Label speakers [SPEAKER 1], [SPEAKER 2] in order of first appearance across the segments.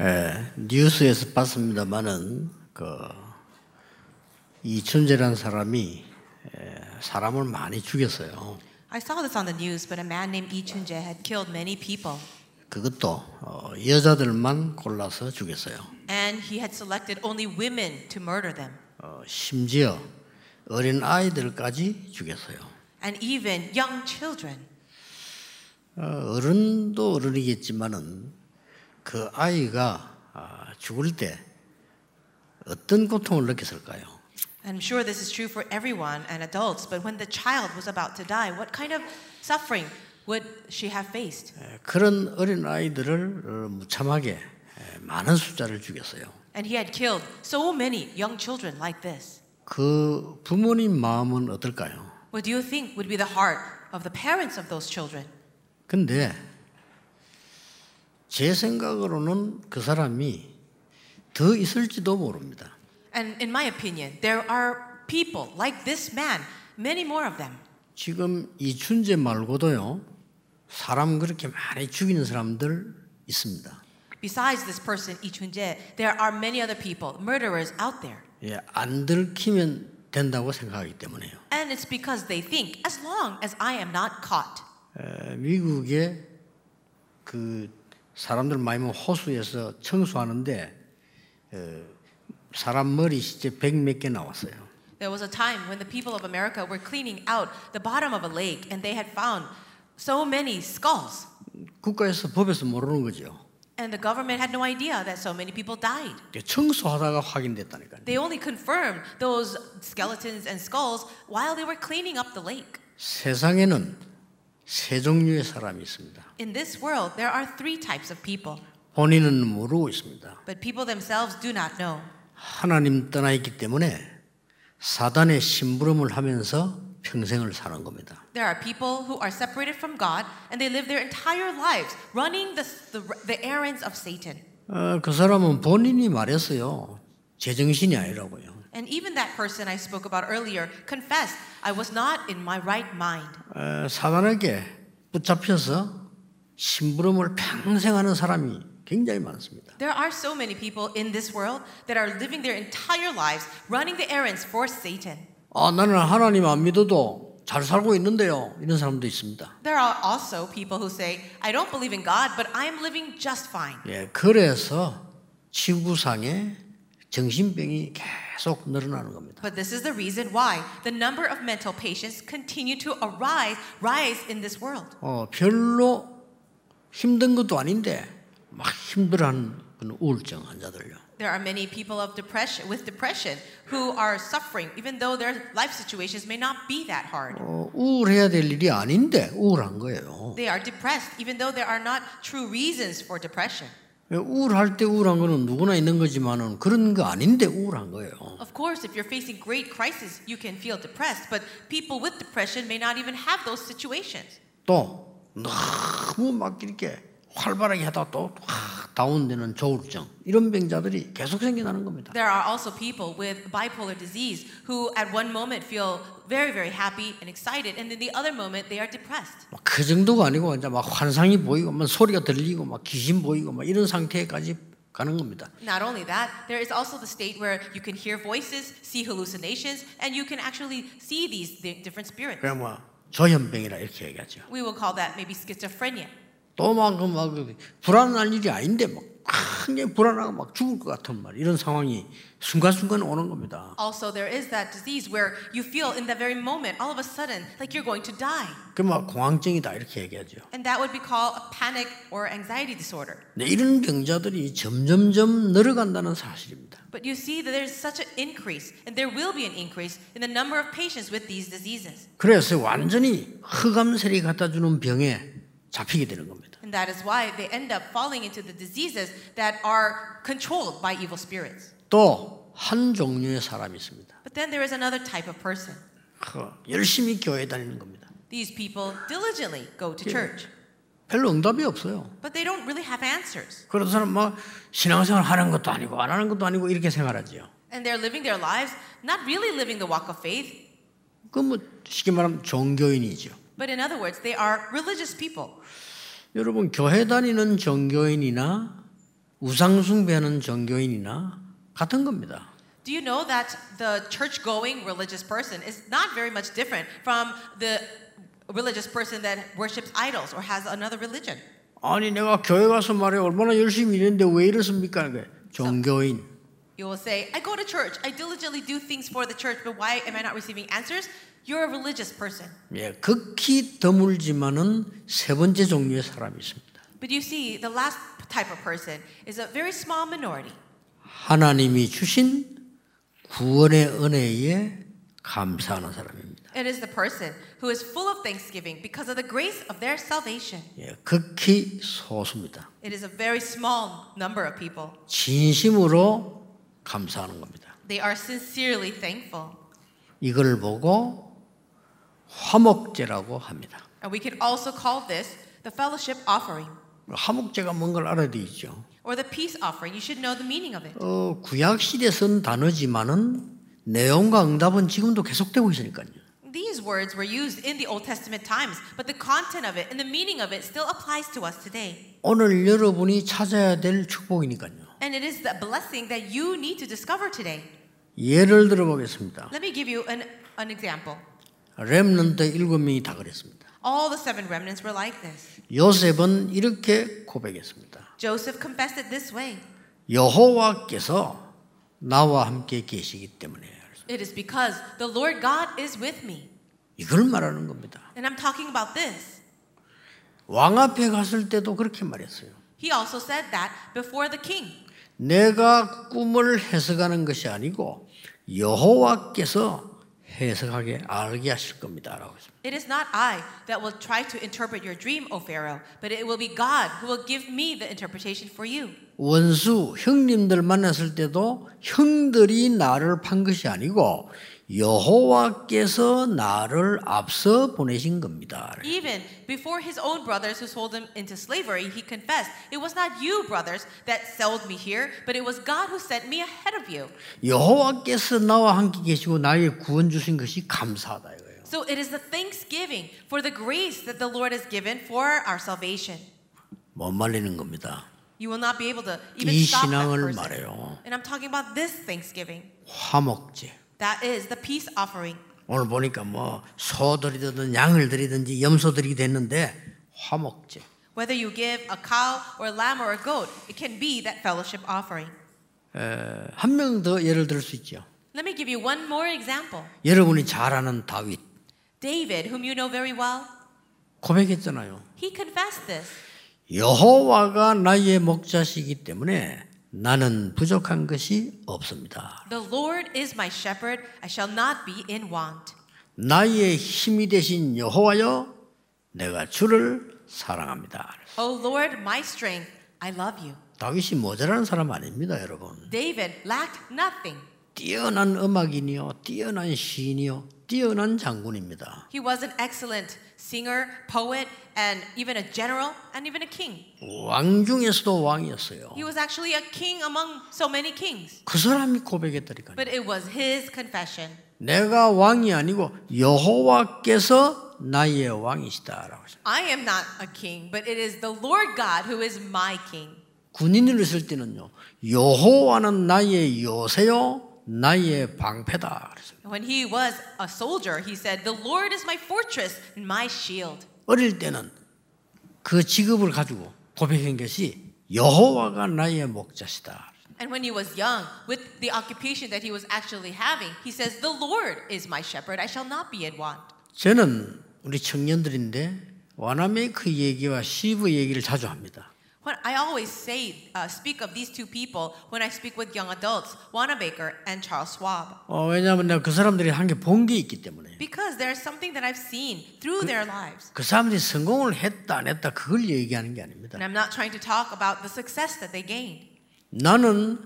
[SPEAKER 1] 예, 뉴스에서 봤습니다만은 그 이춘재라는 사람이 예, 사람을 많이 죽였어요.
[SPEAKER 2] I saw this on the news, but a man named Lee Chun Jae had killed many people,
[SPEAKER 1] 그것도 어, 여자들만 골라서 죽였어요.
[SPEAKER 2] and he had selected only women to murder them,
[SPEAKER 1] 어, 심지어 어린 아이들까지 죽였어요.
[SPEAKER 2] and even young children.
[SPEAKER 1] 어, 어른도 어른이겠지만은 그 아이가 아, 죽을 때 어떤 고통을 느꼈을까요?
[SPEAKER 2] I'm sure this is true for everyone and adults, but when the child was about to die, what kind of suffering would she have faced?
[SPEAKER 1] 예, 그런 어린 아이들을 어, 무참하게 예, 많은 숫자를 죽였어요.
[SPEAKER 2] And he had killed so many young children like this.
[SPEAKER 1] 그 부모님 마음은 어떨까요?
[SPEAKER 2] What do you think would be the heart of the parents of those children?
[SPEAKER 1] 근데 제 생각으로는 그 사람이 더 있을지도 모릅니다.
[SPEAKER 2] And in my opinion, there are people like this man, many more of them.
[SPEAKER 1] 지금 이춘재 말고도요, 사람 그렇게 많이 죽이는 사람들 있습니다.
[SPEAKER 2] Besides this person, Lee Chun-jae, there are many other people, murderers out there.
[SPEAKER 1] 예, 안 들키면 된다고 생각하기 때문에요.
[SPEAKER 2] And it's because they think, as long as I am not caught.
[SPEAKER 1] 에, 미국에 그 사람들 많이 모은 호수에서 청소하는데 에, 사람 머리 시체 백몇 개 나왔어요.
[SPEAKER 2] There was a time when the people of America were cleaning out the bottom of a lake and they had found so many skulls.
[SPEAKER 1] 국가에서 법에서 모르는 거죠.
[SPEAKER 2] And the government had no idea that so many people died.
[SPEAKER 1] 이게 청소하다가 확인됐다니까요.
[SPEAKER 2] They only confirmed those skeletons and skulls while they were cleaning up the lake.
[SPEAKER 1] 세상에는 세 종류의 사람이 있습니다.
[SPEAKER 2] In this world, there are three types of people,
[SPEAKER 1] 본인은 모르고 있습니다.
[SPEAKER 2] but people themselves do not know.
[SPEAKER 1] 하나님 떠나 있기 때문에 사단의 심부름을 하면서 평생을 사는 겁니다.
[SPEAKER 2] There are people who are separated from God and they live their entire lives running the, the, the errands of Satan.
[SPEAKER 1] 어, 그 사람은 본인이 말했어요. 제정신이 아니라고요.
[SPEAKER 2] And even that person I spoke about earlier confessed, I was not in my right mind.
[SPEAKER 1] 어, 사단에게 붙잡혀서 심부름을 평생 하는 사람이 굉장히 많습니다.
[SPEAKER 2] There are so many people in this world that are living their entire lives running the errands for Satan.
[SPEAKER 1] 아, 나는 하나님 안 믿어도 잘 살고 있는데요. 이런 사람도 있습니다.
[SPEAKER 2] There are also people who say, I don't believe in God, but I am living just fine.
[SPEAKER 1] 예, 그래서 지구상에 정신병이 계속 늘어나는 겁니다.
[SPEAKER 2] But this is the reason why the number of mental patients continue to arise, rise in this world.
[SPEAKER 1] 어, 별로 힘든 것도 아닌데 막 힘들어하는 그런 우울증 환자들요.
[SPEAKER 2] There are many people of depression with depression who are suffering, even though their life situations may not be that hard.
[SPEAKER 1] 어, 우울해야 될 일이 아닌데 우울한 거예요.
[SPEAKER 2] They are depressed, even though there are not true reasons for depression.
[SPEAKER 1] 예, 우울할 때 우울한 거는 누구나 있는 거지만은 그런 거 아닌데 우울한 거예요.
[SPEAKER 2] Of course, if you're facing great crisis, you can feel depressed, but people with depression may not even have those situations.
[SPEAKER 1] 또 너무 막 이렇게 활발하게 하다 또 확 다운되는 조울증 이런 병자들이 계속 생겨나는 겁니다.
[SPEAKER 2] There are also people with bipolar disease who, at one moment, feel very, very happy and excited, and then the other moment, they are depressed.
[SPEAKER 1] 막그 정도가 아니고 이제 막 환상이 보이고 막 소리가 들리고 막 귀신 보이고 막 이런 상태까지 가는 겁니다.
[SPEAKER 2] Not only that, there is also the state where you can hear voices, see hallucinations, and you can actually see these di- different spirits.
[SPEAKER 1] 그냥 뭐 조현병이라 이렇게 얘기하죠.
[SPEAKER 2] We will call that maybe schizophrenia.
[SPEAKER 1] 또막막 그 불안할 일이 아닌데 막 크게 불안하고 막 죽을 것 같은 말 이런 상황이 순간순간 오는 겁니다.
[SPEAKER 2] Also, there is that disease where you feel in that very moment, all of a sudden, like you're going to die.
[SPEAKER 1] 그막 공황증이다 이렇게 얘기하죠.
[SPEAKER 2] And that would be called a panic or anxiety disorder.
[SPEAKER 1] 근데 이런 병자들이 점점점 늘어간다는 사실입니다.
[SPEAKER 2] But you see that there's such an increase, and there will be an increase in the number of patients with these diseases.
[SPEAKER 1] 그래서 완전히 흑암세력이 갖다 주는 병에 잡히게 되는 겁니다.
[SPEAKER 2] And that is why they end up falling into the diseases that are controlled by evil spirits.
[SPEAKER 1] 또 한 종류의 사람이 있습니다.
[SPEAKER 2] But then there is another type of person.
[SPEAKER 1] 그 열심히 교회 다니는 겁니다.
[SPEAKER 2] These people diligently go to church,
[SPEAKER 1] 별로 응답이 없어요.
[SPEAKER 2] but they don't really have answers.
[SPEAKER 1] 그런 사람 막 신앙생활 하는 것도 아니고 안 하는 것도 아니고 이렇게 생활하지요.
[SPEAKER 2] And they're living their lives, not really living the walk of faith,
[SPEAKER 1] 그 뭐 쉽게 말하면 종교인이죠.
[SPEAKER 2] but in other words, they are religious people.
[SPEAKER 1] 여러분 교회 다니는 종교인이나 우상숭배하는 종교인이나 같은 겁니다.
[SPEAKER 2] Do you know that the church going religious person is not very much different from the religious person that worships idols or has another religion?
[SPEAKER 1] 아니 내가 교회 가서 말해 얼마나 열심히 일했는데 왜 이렇습니까? 하는 거예요. 종교인.
[SPEAKER 2] You will say, I go to church, I diligently do things for the church, but why am I not receiving answers? You're a religious person.
[SPEAKER 1] 예, 극히 드물지만은 세 번째 종류의 사람이 있습니다.
[SPEAKER 2] But you see, the last type of person is a very small minority.
[SPEAKER 1] 하나님이 주신 구원의 은혜에 감사하는 사람입니다.
[SPEAKER 2] It is the person who is full of thanksgiving because of the grace of their salvation.
[SPEAKER 1] 예, 극히 소수입니다.
[SPEAKER 2] It is a very small number of people.
[SPEAKER 1] 진심으로 감사하는 겁니다.
[SPEAKER 2] They are sincerely thankful.
[SPEAKER 1] 이걸 보고 화목제라고 합니다.
[SPEAKER 2] And we can also call this the fellowship offering
[SPEAKER 1] 화목제가 뭔가를 알아야 되겠죠.
[SPEAKER 2] or the peace offering. You should know the meaning of it.
[SPEAKER 1] 어, 구약 시대 쓴 단어지만은 내용과 응답은 지금도 계속되고 있으니까요.
[SPEAKER 2] These words were used in the Old Testament times, but the content of it and the meaning of it still applies to us today.
[SPEAKER 1] 오늘 여러분이 찾아야 될 축복이니까요.
[SPEAKER 2] And it is the blessing that you need to discover today.
[SPEAKER 1] 예를 들어 보겠습니다.
[SPEAKER 2] Let me give you an, an example.
[SPEAKER 1] 렘넌트 일곱 명이 다 그랬습니다.
[SPEAKER 2] All the seven remnants were like this.
[SPEAKER 1] 요셉은 이렇게 고백했습니다.
[SPEAKER 2] Joseph confessed it this way
[SPEAKER 1] 여호와께서 나와 함께 계시기 때문에
[SPEAKER 2] It is because the Lord God is with me.
[SPEAKER 1] 이걸 말하는 겁니다.
[SPEAKER 2] And I'm talking about this.
[SPEAKER 1] 왕 앞에 갔을 때도 그렇게 말했어요.
[SPEAKER 2] He also said that before the king.
[SPEAKER 1] 내가 꿈을 해석하는 것이 아니고 여호와께서 해석하게 알게 하실 겁니다라고 했습니다.
[SPEAKER 2] It is not I that will try to interpret your dream, O Pharaoh, but it will be God who will give me the interpretation for you.
[SPEAKER 1] 원수 형님들 만났을 때도 형들이 나를 판 것이 아니고 여호와께서 나를 앞서 보내신 겁니다.
[SPEAKER 2] Even before his own brothers who sold him into slavery, he confessed, It was not you, brothers, that sold me here, but it was God who sent me ahead of you.
[SPEAKER 1] 여호와께서 나와 함께 계시고 나에게 구원 주신 것이 감사하다 이거예요.
[SPEAKER 2] So it is the thanksgiving for the grace that the Lord has given for our salvation.
[SPEAKER 1] 못 말리는 겁니다.
[SPEAKER 2] You will not be able to even
[SPEAKER 1] 이
[SPEAKER 2] stop that
[SPEAKER 1] 신앙을
[SPEAKER 2] person.
[SPEAKER 1] 말해요.
[SPEAKER 2] And I'm talking about this thanksgiving.
[SPEAKER 1] 화목제.
[SPEAKER 2] That is the peace offering.
[SPEAKER 1] 오늘 보니까 뭐 소들이든 양을 드리든지 염소들이 됐는데 화목제.
[SPEAKER 2] Whether you give a cow or a lamb or a goat, it can be that fellowship offering.
[SPEAKER 1] 한 명 더 예를 들 수 있죠.
[SPEAKER 2] Let me give you one more example.
[SPEAKER 1] 여러분이 잘 아는 다윗
[SPEAKER 2] David, whom you know very well,
[SPEAKER 1] 고백했잖아요.
[SPEAKER 2] he confessed this.
[SPEAKER 1] 여호와가 나의 목자시기 때문에 나는 부족한 것이 없습니다.
[SPEAKER 2] The Lord is my shepherd, I shall not be in want.
[SPEAKER 1] 나의 힘이 되신 여호와여 내가 주를 사랑합니다.
[SPEAKER 2] O Lord, my strength, I love you.
[SPEAKER 1] 다윗이 모자라는 사람 아닙니다, 여러분.
[SPEAKER 2] David lacked nothing.
[SPEAKER 1] 뛰어난 음악인이요, 뛰어난 시인이요, 뛰어난 장군입니다.
[SPEAKER 2] He was an excellent singer, poet, and even a general, and even a king.
[SPEAKER 1] 왕 중에서도 왕이었어요.
[SPEAKER 2] He was actually a king among so many kings.
[SPEAKER 1] 그 사람이 고백했다니까요.
[SPEAKER 2] But it was his confession.
[SPEAKER 1] 내가 왕이 아니고 여호와께서 나의 왕이시다라고 했어요.
[SPEAKER 2] I am not a king, but it is the Lord God who is my king.
[SPEAKER 1] 군인으로 있을 때는요. 여호와는 나의 요새요, 나의 방패다. 그랬어요.
[SPEAKER 2] When he was a soldier, he said, The Lord is my fortress and my shield.
[SPEAKER 1] 어릴 때는 그 직업을 가지고 고백한 것이 여호와가 나의 목자시다.
[SPEAKER 2] And when he was young, with the occupation that he was actually having, he says, The Lord is my shepherd, I shall not be in want.
[SPEAKER 1] 저는 우리 청년들인데 와나메이크 얘기와 시브 얘기를 자주 합니다.
[SPEAKER 2] When I always say, uh, speak of these two people when I speak with young adults, Wanabaker and Charles Schwab,
[SPEAKER 1] 어, 왜냐하면 내가 그 사람들이 한 게 본 게 있기 때문에
[SPEAKER 2] because there's something that I've seen through their lives.
[SPEAKER 1] 그 사람들이 성공을 했다 안 했다 그걸 얘기하는 게
[SPEAKER 2] And
[SPEAKER 1] 아닙니다.
[SPEAKER 2] I'm not trying to talk about the success that they gained,
[SPEAKER 1] 나는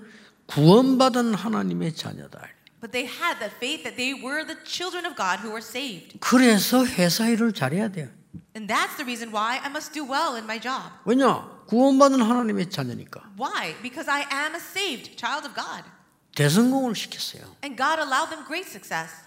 [SPEAKER 1] 구원받은 하나님의 자녀다.
[SPEAKER 2] but they had the faith that they were the children of God who were saved.
[SPEAKER 1] 그래서 회사 일을 잘해야 돼요.
[SPEAKER 2] And that's the reason why I must do well in my job.
[SPEAKER 1] 왜냐? 구원받은 하나님의 자녀니까
[SPEAKER 2] Why? Because I am a saved child of God.
[SPEAKER 1] 대성공을 시켰어요.
[SPEAKER 2] And God allowed them great success.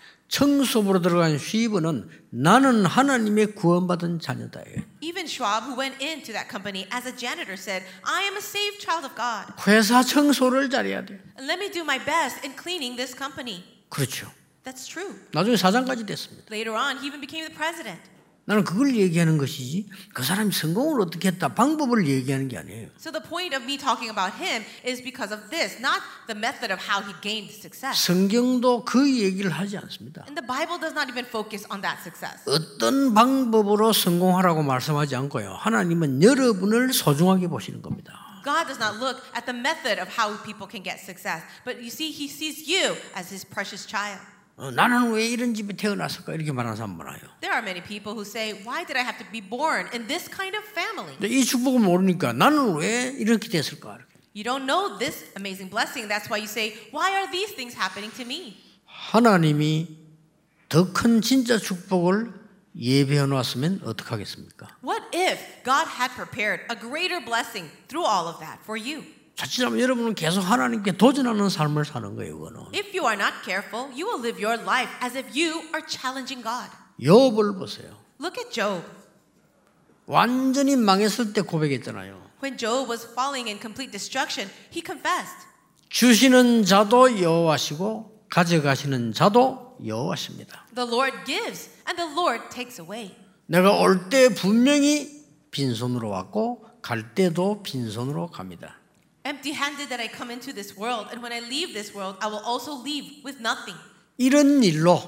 [SPEAKER 1] 청소부로 들어간 쉬이브는 나는 하나님의 구원받은 자녀다. 예.
[SPEAKER 2] Even Schwab, who went into that company as a janitor, said, I am a saved child of God.
[SPEAKER 1] 회사 청소를 잘해야 돼.
[SPEAKER 2] And let me do my best in cleaning this company.
[SPEAKER 1] 그렇죠.
[SPEAKER 2] That's true.
[SPEAKER 1] 나중에 사장까지 됐습니다.
[SPEAKER 2] Later on, he even became the president.
[SPEAKER 1] 나는 그걸 얘기하는 것이지 그 사람이 성공을 어떻게 했다 방법을 얘기하는 게 아니에요.
[SPEAKER 2] So the point of me talking about him is because of this, not the method of how he gained success.
[SPEAKER 1] 성경도 그 얘기를 하지 않습니다.
[SPEAKER 2] And the Bible does not even focus on that success.
[SPEAKER 1] 어떤 방법으로 성공하라고 말씀하지 않고요. 하나님은 여러분을 소중하게 보시는 겁니다.
[SPEAKER 2] God does not look at the method of how people can get success, but you see, he sees you as his precious child.
[SPEAKER 1] 어, 나는 왜 이런 집에 태어났을까 이렇게 말하는 사람 많아요.
[SPEAKER 2] There are many people who say, Why did I have to be born in this kind of family?
[SPEAKER 1] 근데 이 축복을 모르니까 나는 왜 이렇게 됐을까 이렇게.
[SPEAKER 2] You don't know this amazing blessing. That's why you say, Why are these things happening to me?
[SPEAKER 1] 하나님이 더 큰 진짜 축복을 예배해 놨으면 어떡하겠습니까?
[SPEAKER 2] What if God had prepared a greater blessing through all of that for you?
[SPEAKER 1] 자칫하면 여러분은 계속 하나님께 도전하는 삶을 사는 거예요. 그거는.
[SPEAKER 2] If you are not careful, you will live your life as if you are challenging God.
[SPEAKER 1] 욥을 보세요.
[SPEAKER 2] Look at Job.
[SPEAKER 1] 완전히 망했을 때 고백했잖아요.
[SPEAKER 2] When Job was falling in complete destruction, he confessed.
[SPEAKER 1] 주시는 자도 여호와시고 가져가시는 자도 여호와십니다.
[SPEAKER 2] The Lord gives and the Lord takes away.
[SPEAKER 1] 내가 올 때 분명히 빈손으로 왔고 갈 때도 빈손으로 갑니다.
[SPEAKER 2] Empty handed that I come into this world, and when I leave this world, I will also leave with nothing.
[SPEAKER 1] 이런 일로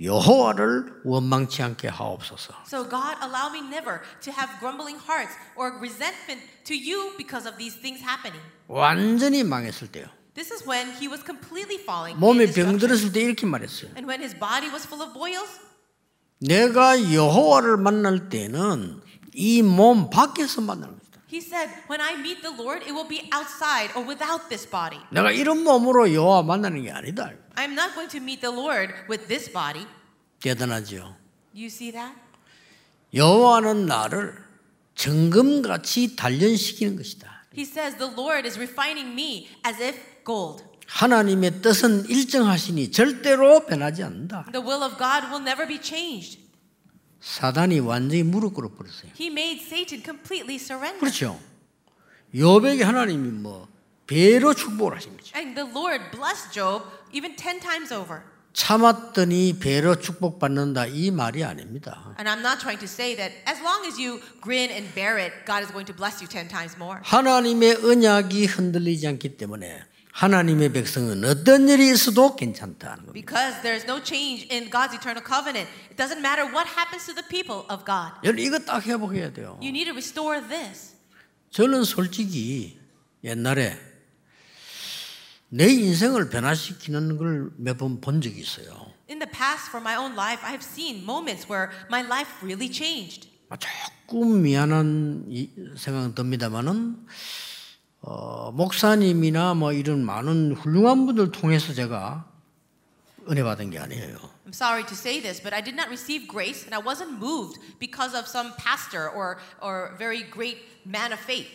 [SPEAKER 1] 여호와를 원망치 않게 하옵소서.
[SPEAKER 2] So, God, allow me never to have grumbling hearts or resentment to you because of these things happening.
[SPEAKER 1] 완전히 망했을 때요.
[SPEAKER 2] This is when he was completely falling. in
[SPEAKER 1] 몸에
[SPEAKER 2] destruction.
[SPEAKER 1] 병들었을 때 이렇게 말했어요.
[SPEAKER 2] And when his body was full of boils,
[SPEAKER 1] 내가 여호와를 만날 때는 이 몸 밖에서 만납니다.
[SPEAKER 2] he said, When I meet the Lord, it will be outside or without this body.
[SPEAKER 1] 내가 이런 몸으로 여호와 만나는 게 아니다.
[SPEAKER 2] I'm not going to meet the Lord with this body.
[SPEAKER 1] 대단하죠.
[SPEAKER 2] You see that?
[SPEAKER 1] 여호와는 나를 정금같이 단련시키는 것이다.
[SPEAKER 2] He says, The Lord is refining me as if gold.
[SPEAKER 1] 하나님의 뜻은 일정하시니 절대로 변하지 않는다.
[SPEAKER 2] The will of God will never be changed.
[SPEAKER 1] 사단이 완전히 무릎 꿇어버렸어요.
[SPEAKER 2] He made Satan completely surrender.
[SPEAKER 1] 그렇죠. 여백이 하나님이 뭐 배로 축복을 하신 거죠.
[SPEAKER 2] And the Lord blessed Job even 10 times over.
[SPEAKER 1] 참았더니 배로 축복받는다 이 말이 아닙니다.
[SPEAKER 2] And I'm not trying to say that as long as you grin and bear it, God is going to bless you 10 times more.
[SPEAKER 1] 하나님의 언약이 흔들리지 않기 때문에 하나님의 백성은 어떤 일이 있어도 괜찮다는 겁니다.
[SPEAKER 2] Because there is no change in God's eternal covenant. It doesn't matter what happens to the people of God.
[SPEAKER 1] 여러분 이거 딱 회복해야 돼요.
[SPEAKER 2] You need to restore this.
[SPEAKER 1] 저는 솔직히 옛날에 내 인생을 변화시키는 걸 몇 번 본 적이 있어요.
[SPEAKER 2] In the past, for my own life, I have seen moments where my life really changed.
[SPEAKER 1] 아, 조금 미안한 이- 생각은 듭니다만은 어, 목사님이나 뭐 이런 많은 훌륭한 분들 통해서 제가 은혜 받은 게 아니에요.
[SPEAKER 2] I'm sorry to say this, but I did not receive grace and I wasn't moved because of some pastor or, or very great man of faith.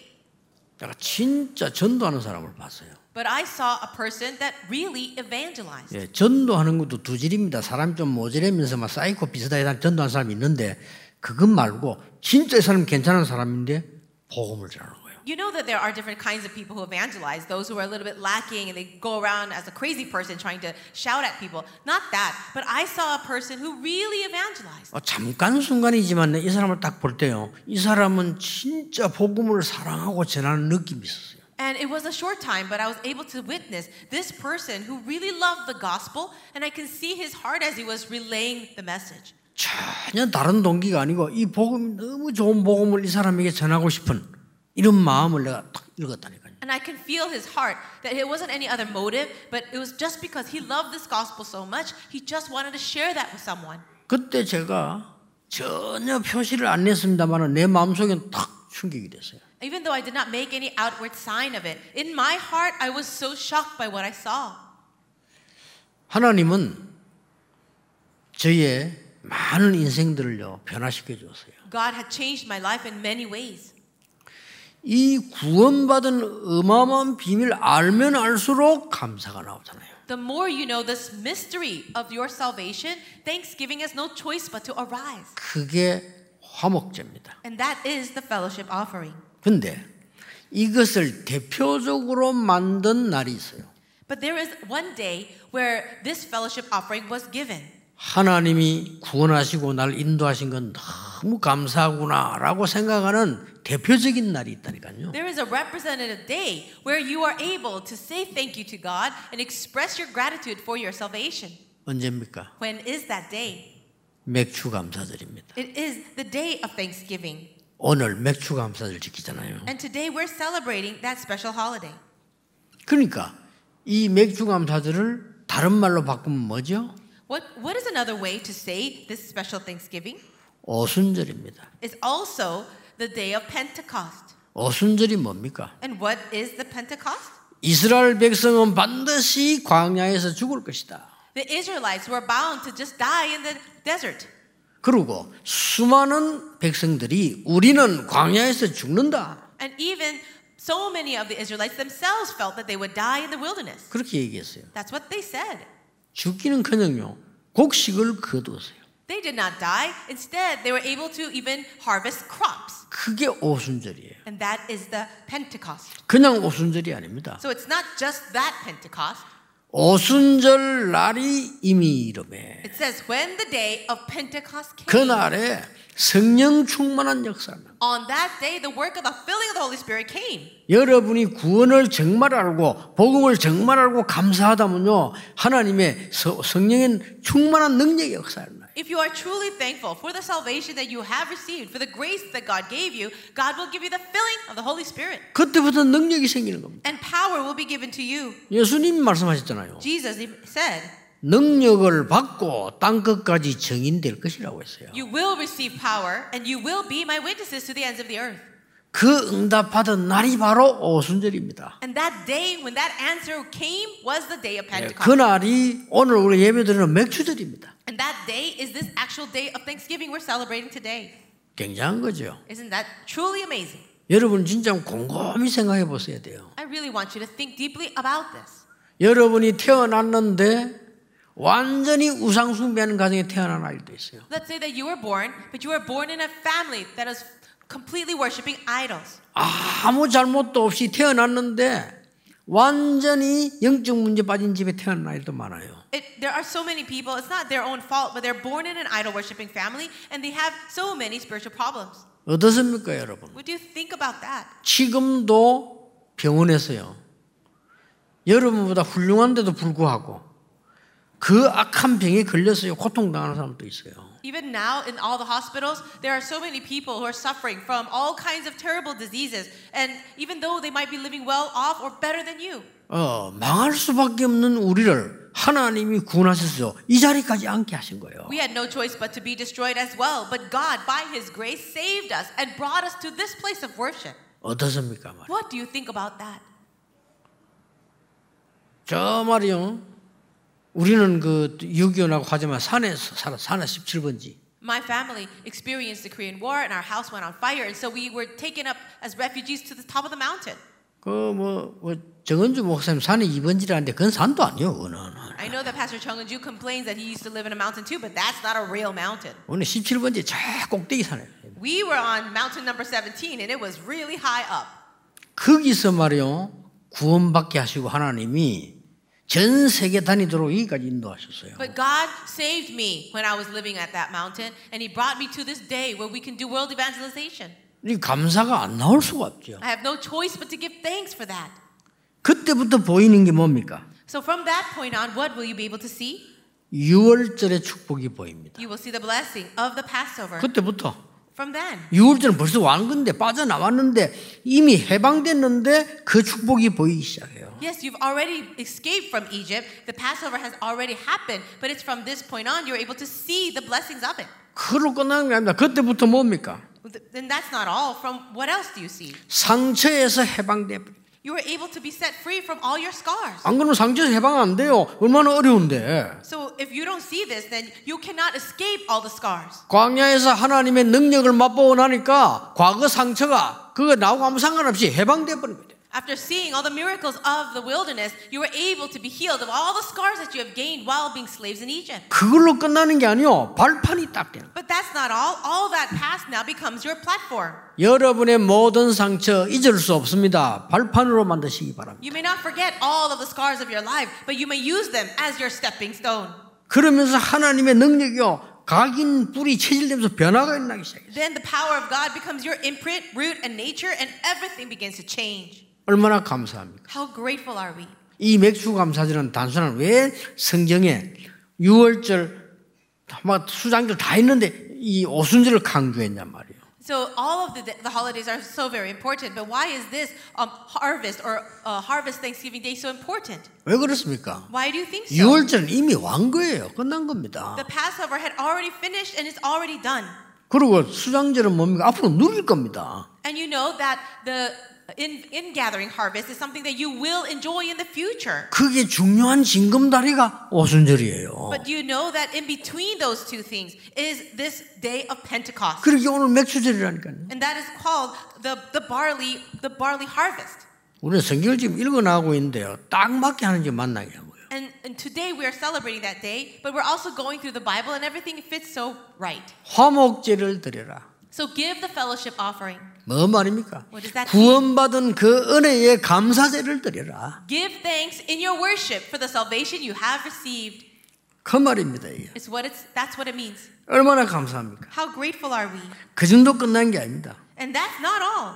[SPEAKER 1] 내가 진짜 전도하는 사람을 봤어요.
[SPEAKER 2] But I saw a person that really evangelized.
[SPEAKER 1] 예, 전도하는 것도 두 질입니다. 사람 좀 모자라면서 막 사이코 비슷하게 다 전도하는 사람이 있는데 그것 말고 진짜 이 사람 괜찮은 사람인데 복음을 전하는 거예요.
[SPEAKER 2] You know that there are different kinds of people who evangelize, those who are a little bit lacking and they go around as a crazy person trying to shout at people. Not that, but I saw a person who really evangelized.
[SPEAKER 1] 어, 잠깐 순간이지만 이 사람을 딱 볼 때요. 이 사람은 진짜 복음을 사랑하고 전하는 느낌이 있었어요.
[SPEAKER 2] And it was a short time, but I was able to witness this person who really loved the gospel, and I can see his heart as he was relaying the message.
[SPEAKER 1] 전혀 다른 동기가 아니고 이 복음 너무 좋은 복음을 이 사람에게 전하고 싶은 이런 마음을 내가 딱 읽었다니까요.
[SPEAKER 2] And I can feel his heart that it wasn't any other motive, but it was just because he loved this gospel so much, he just wanted to share that with someone.
[SPEAKER 1] 그때 제가 전혀 표시를 안 냈습니다만 내 마음속엔 딱 충격이 됐어요.
[SPEAKER 2] Even though I did not make any outward sign of it, in my heart, I was so shocked by what I saw.
[SPEAKER 1] 하나님은 저의 많은 인생들을요 변화시켜 주었어요.
[SPEAKER 2] God had changed my life in many ways.
[SPEAKER 1] 이 구원받은 어마어마한 비밀 알면 알수록 감사가 나오잖아요.
[SPEAKER 2] the more you know this mystery of your salvation, thanksgiving has no choice but to arise.
[SPEAKER 1] 그게 화목제입니다.
[SPEAKER 2] And that is the fellowship offering.
[SPEAKER 1] 근데 이것을 대표적으로 만든 날이 있어요.
[SPEAKER 2] But there is one day where this fellowship offering was given.
[SPEAKER 1] 하나님이 구원하시고 날 인도하신 건 너무 감사하구나라고 생각하는 대표적인 날이 있다니까요.
[SPEAKER 2] There is a representative day where you are able to say thank you to God and express your gratitude for your salvation.
[SPEAKER 1] 언제입니까?
[SPEAKER 2] When is that day?
[SPEAKER 1] 맥주 감사절입니다.
[SPEAKER 2] It is the day of Thanksgiving.
[SPEAKER 1] 오늘 맥주 감사절 지키잖아요.
[SPEAKER 2] And today we're celebrating that special holiday.
[SPEAKER 1] 그러니까 이 맥주 감사절을 다른 말로 바꾸면 뭐죠?
[SPEAKER 2] What, what is another way to say this special Thanksgiving?
[SPEAKER 1] 오순절입니다.
[SPEAKER 2] It's also the day of Pentecost.
[SPEAKER 1] 오순절이 뭡니까?
[SPEAKER 2] And what is the Pentecost?
[SPEAKER 1] 이스라엘 백성은 반드시 광야에서 죽을 것이다.
[SPEAKER 2] The Israelites were bound to just die in the desert.
[SPEAKER 1] 그리고 수많은 백성들이 우리는 광야에서 죽는다.
[SPEAKER 2] And even so many of the Israelites themselves felt that they would die in the wilderness.
[SPEAKER 1] 그렇게 얘기했어요.
[SPEAKER 2] That's what they said.
[SPEAKER 1] 죽기는 커녕요. 곡식을 거두었어요.
[SPEAKER 2] They did not die. Instead, they were able to even harvest crops.
[SPEAKER 1] 그게 오순절이에요.
[SPEAKER 2] And that is the Pentecost.
[SPEAKER 1] 그냥 오순절이 아닙니다.
[SPEAKER 2] So it's not just that Pentecost.
[SPEAKER 1] 오순절 날이 이미 이름에
[SPEAKER 2] It says, when the day of Pentecost came,
[SPEAKER 1] 그날에 성령 충만한 역사입니다.
[SPEAKER 2] on that day, the work of the filling of the Holy Spirit came.
[SPEAKER 1] 여러분이 구원을 정말 알고 복음을 정말 알고 감사하다면요 하나님의 서- 성령의 충만한 능력이 역사합니다.
[SPEAKER 2] If you are truly thankful for the salvation that you have received, for the grace that God gave you, God will give you the filling of the Holy Spirit,
[SPEAKER 1] 그때부터 능력이 생기는 겁니다.
[SPEAKER 2] and power will be given to you.
[SPEAKER 1] 예수님이 말씀하셨잖아요.
[SPEAKER 2] Jesus said,
[SPEAKER 1] 능력을 받고 땅 끝까지 증인될 것이라고 했어요.
[SPEAKER 2] You will receive power, and you will be my witnesses to the ends of the earth.
[SPEAKER 1] 그 응답받은 날이 바로 오순절입니다.
[SPEAKER 2] And that day when that answer came was the day of
[SPEAKER 1] 예,
[SPEAKER 2] Pentecost.
[SPEAKER 1] 그날이 오늘 우리 예배드리는 맥주절입니다.
[SPEAKER 2] and that day is this actual day of Thanksgiving we're celebrating today.
[SPEAKER 1] 굉장한 거죠.
[SPEAKER 2] Isn't that truly amazing?
[SPEAKER 1] 여러분 진짜 곰곰이 생각해 보셔야 돼요.
[SPEAKER 2] I really want you to think deeply about this.
[SPEAKER 1] 여러분이 태어났는데 완전히 우상숭배하는 가정에 태어난 아이도 있어요.
[SPEAKER 2] Let's say that you were born, but you were born in a family that is completely worshiping idols.
[SPEAKER 1] 아무 잘못도 없이 태어났는데 완전히 영적 문제 빠진 집에 태어난 아이도 많아요.
[SPEAKER 2] It, there are so many people, it's not their own fault, but they're born in an idol worshiping family and they have so many spiritual problems.
[SPEAKER 1] 어떻습니까, 여러분?
[SPEAKER 2] What do you think about that?
[SPEAKER 1] 지금도 병원에서요. 여러분보다 훌륭한데도 불구하고 그 악한 병에 걸려서요. 고통당하는 사람도 있어요.
[SPEAKER 2] Even now, in all the hospitals, there are so many people who are suffering from all kinds of terrible diseases. And even though they might be living well off or better than you,
[SPEAKER 1] 어, 망할 수밖에 없는 우리를 하나님이 구원하셔서 이 자리까지 앉게 하신 거예요.
[SPEAKER 2] we had no choice but to be destroyed as well. But God, by His grace, saved us and brought us to this place of worship.
[SPEAKER 1] 어떻습니까? 말이에요?
[SPEAKER 2] What do you think about that?
[SPEAKER 1] 저 말이요. 우리는 그 유교나고 하지만 산에서 살아 산에 17번지.
[SPEAKER 2] My family experienced the Korean War and our house went on fire, and so we were taken up as refugees to the top of the mountain.
[SPEAKER 1] 그뭐 뭐 정은주 목사님 산에 2번지라는데 그건 산도 아니요. 그거는.
[SPEAKER 2] I know that Pastor Chung and Ju complains that he used to live in a mountain too, but that's not a real mountain.
[SPEAKER 1] 오늘 17번지 저 꼭대기 산에.
[SPEAKER 2] We were on mountain number 17 and it was really high up.
[SPEAKER 1] 거기서 말이요. 구원받게 하시고 하나님이 전 세계 다니도록 여기까지 인도하셨어요.
[SPEAKER 2] But God saved me when I was living at that mountain and he brought me to this day where we can do world evangelization.
[SPEAKER 1] 이 감사가 안 나올 수가 없죠.
[SPEAKER 2] I have no choice but to give thanks for that.
[SPEAKER 1] 그때부터 보이는 게 뭡니까?
[SPEAKER 2] So from that point on, what will you be able to see?
[SPEAKER 1] 유월절의 축복이 보입니다.
[SPEAKER 2] You will see the blessing of the Passover.
[SPEAKER 1] 그때부터
[SPEAKER 2] From then,
[SPEAKER 1] 6월절은 벌써 완 건데 빠져나왔는데 이미 해방됐는데 그 축복이 보이기 시작해요.
[SPEAKER 2] Yes, you've already escaped from Egypt. The Passover has already happened, but it's from this point on you're able to see the blessings of it.
[SPEAKER 1] 그로 끝나는 게 아닙니다. 그때부터 뭡니까?
[SPEAKER 2] Th- And that's not all. From what else do you see?
[SPEAKER 1] 상처에서 해방돼.
[SPEAKER 2] You were able to be set free from all your scars.
[SPEAKER 1] 안 그러면 상처에서 해방 안 돼요. 얼마나 어려운데.
[SPEAKER 2] So if you don't see this, then you cannot escape all the scars.
[SPEAKER 1] 광야에서 하나님의 능력을 맛보고 나니까 과거 상처가 그거 나하고 아무 상관없이 해방돼 버린 거예요.
[SPEAKER 2] After seeing all the miracles of the wilderness, you were able to be healed of all the scars that you have gained while being slaves in Egypt.
[SPEAKER 1] 그걸로 끝나는 게 아니요. 발판이 딱 되는. 거예요.
[SPEAKER 2] But that's not all. All that past now becomes your platform.
[SPEAKER 1] 여러분의 모든 상처 잊을 수 없습니다. 발판으로 만드시기 바랍니다.
[SPEAKER 2] You may not forget all of the scars of your life, but you may use them as your stepping stone.
[SPEAKER 1] 그러면서 하나님의 능력이요. 각인 뿔이 체질되면서 변화가 일어나기 시작해요.
[SPEAKER 2] Then the power of God becomes your imprint, root, and nature, and everything begins to change.
[SPEAKER 1] 얼마나 감사합니까?
[SPEAKER 2] How grateful are we?
[SPEAKER 1] 이 맥주 감사절은 단순한 왜 성경에 6월절 아마 수장절 다 있는데 이 오순절을 강조했냐 말이에요.
[SPEAKER 2] So all of the, the holidays are so very important, but why is this um, harvest or uh, harvest Thanksgiving Day so important?
[SPEAKER 1] 왜 그렇습니까?
[SPEAKER 2] Why do you think so?
[SPEAKER 1] 6월절은 이미 완 거예요. 끝난 겁니다.
[SPEAKER 2] The Passover had already finished and it's already done.
[SPEAKER 1] 그리고 수장절은 뭡니까? 앞으로 누릴 겁니다.
[SPEAKER 2] And you know that the in, in-gathering harvest is something that you will enjoy in the future.
[SPEAKER 1] 그게 중요한 징검다리가 오순절이에요.
[SPEAKER 2] But do you know that in between those two things is this day of Pentecost?
[SPEAKER 1] 그러게 오늘 맥주절이라니까요.
[SPEAKER 2] And that is called the, the barley the barley harvest.
[SPEAKER 1] 우리는 성경을 지금 읽어나가고 있는데요. 딱 맞게 하는 게 만나기라고요.
[SPEAKER 2] And, and today we are celebrating that day, but we're also going through the Bible and everything fits so right.
[SPEAKER 1] 화목제를 드려라.
[SPEAKER 2] So give the fellowship offering.
[SPEAKER 1] 뭐 말입니까?
[SPEAKER 2] What does that
[SPEAKER 1] 구원받은 그 은혜에 감사제를 드려라.
[SPEAKER 2] Give thanks in your worship for the salvation you have received.
[SPEAKER 1] 그 말입니다. 이게.
[SPEAKER 2] It's what it's that's what it means.
[SPEAKER 1] 얼마나 감사합니까?
[SPEAKER 2] How grateful are we?
[SPEAKER 1] 그 정도 끝난 게 아닙니다.
[SPEAKER 2] And that's not all.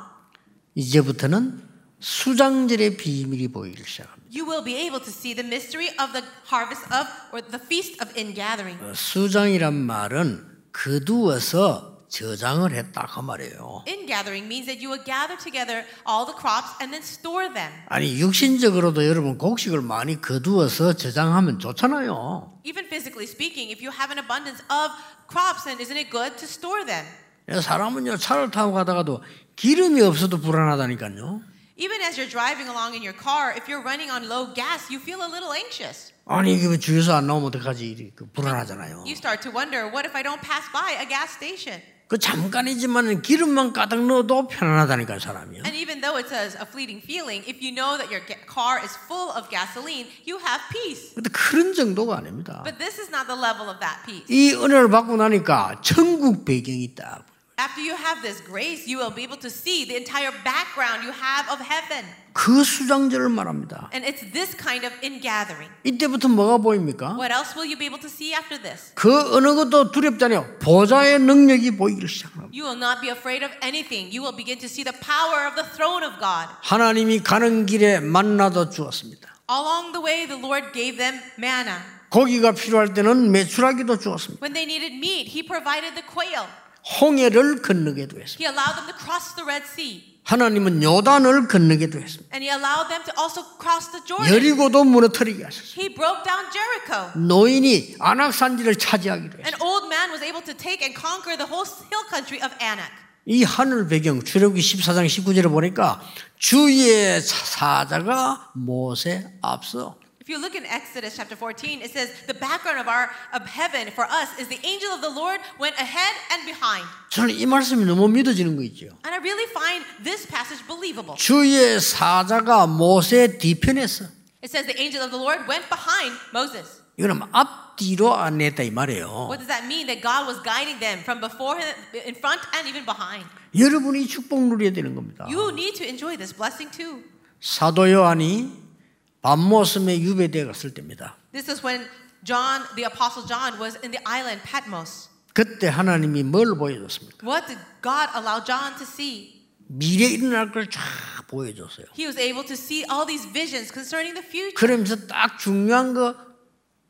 [SPEAKER 1] 이제부터는 수장절의 비밀이 보이기 시작합니다.
[SPEAKER 2] You will be able to see the mystery of the harvest of or the feast of ingathering.
[SPEAKER 1] 수장이란 말은 거두어서 저장을 했다 그 말이에요.
[SPEAKER 2] Ingathering means that you will gather together all the crops and then store them.
[SPEAKER 1] 아니 육신적으로도 여러분 곡식을 많이 거두어서 저장하면 좋잖아요.
[SPEAKER 2] Even physically speaking, if you have an abundance of crops, then isn't it good to store them?
[SPEAKER 1] 사람은요 차를 타고 가다가도 기름이 없어도 불안하다니까요.
[SPEAKER 2] Even as you're driving along in your car, if you're running on low gas, you feel a little anxious.
[SPEAKER 1] 아니 이게 왜 주유소 안 나오면 어떡하지 이리 그 불안하잖아요.
[SPEAKER 2] You start to wonder, what if I don't pass by a gas station?
[SPEAKER 1] 그 잠깐이지만 기름만 가득 넣어도 편안하다니까 사람이요.
[SPEAKER 2] And even though it's a, a fleeting feeling, if you know that your ga- car is full of gasoline, you have peace.
[SPEAKER 1] 근데 그런 정도가 아닙니다.
[SPEAKER 2] But this is not the level of that peace.
[SPEAKER 1] 이 은혜를 받고 나니까 천국 배경이 있다.
[SPEAKER 2] After you have this grace, you will be able to see the entire background you have of heaven.
[SPEAKER 1] 그 수장절을 말합니다.
[SPEAKER 2] And it's this kind of ingathering.
[SPEAKER 1] 이때부터 뭐가 보입니까?
[SPEAKER 2] What else will you be able to see after this?
[SPEAKER 1] 그 어느 것도 두렵지 않아요. 보좌의 능력이 보이기 시작합니다.
[SPEAKER 2] You will not be afraid of anything. You will begin to see the power of the throne of God.
[SPEAKER 1] 하나님이 가는 길에 만나다 주었습니다.
[SPEAKER 2] Along the way, the Lord gave them manna.
[SPEAKER 1] 고기가 필요할 때는 매출하기도 주었습니다.
[SPEAKER 2] When they needed meat, He provided the quail.
[SPEAKER 1] 홍해를 건너게도 했습니다.
[SPEAKER 2] He allowed them to cross the Red Sea.
[SPEAKER 1] 하나님은 요단을 건너게도 했습니다.
[SPEAKER 2] And He allowed them to also cross the Jordan.
[SPEAKER 1] 여리고도 무너뜨리게 하셨습니다.
[SPEAKER 2] He broke down Jericho.
[SPEAKER 1] 노인이 안악산지를 차지하기로
[SPEAKER 2] An
[SPEAKER 1] 했습니다.
[SPEAKER 2] old man was able to take and conquer the whole hill country of Anak.
[SPEAKER 1] 이 하늘 배경 출애굽기 14장 19절을 보니까 주의 사자가 모세 앞서
[SPEAKER 2] If you look in Exodus chapter 14, it says the background of our of heaven for us is the angel of the Lord went ahead and behind.
[SPEAKER 1] 저는 이 말씀이 너무 믿어지는 거 있죠.
[SPEAKER 2] And I really find this passage believable.
[SPEAKER 1] 주의 사자가 모세 뒤편에서
[SPEAKER 2] It says the angel of the Lord went behind Moses.
[SPEAKER 1] 이거는 앞뒤로 안내했다 이 말이에요.
[SPEAKER 2] What does that mean? That God was guiding them from before him, in front, and even behind.
[SPEAKER 1] 여러분이 이 축복 누려야 되는 겁니다.
[SPEAKER 2] You need to enjoy this blessing too.
[SPEAKER 1] 사도 요한이 밤모섬에 유배되어 갔을 때입니다.
[SPEAKER 2] This is when John, the apostle John, was in the island Patmos.
[SPEAKER 1] 그때 하나님이 뭘 보여줬습니까?
[SPEAKER 2] What did God allow John to see?
[SPEAKER 1] 미래 일어날 걸 쫙 보여줬어요.
[SPEAKER 2] He was able to see all these visions concerning the future.
[SPEAKER 1] 그러면서 딱 중요한 거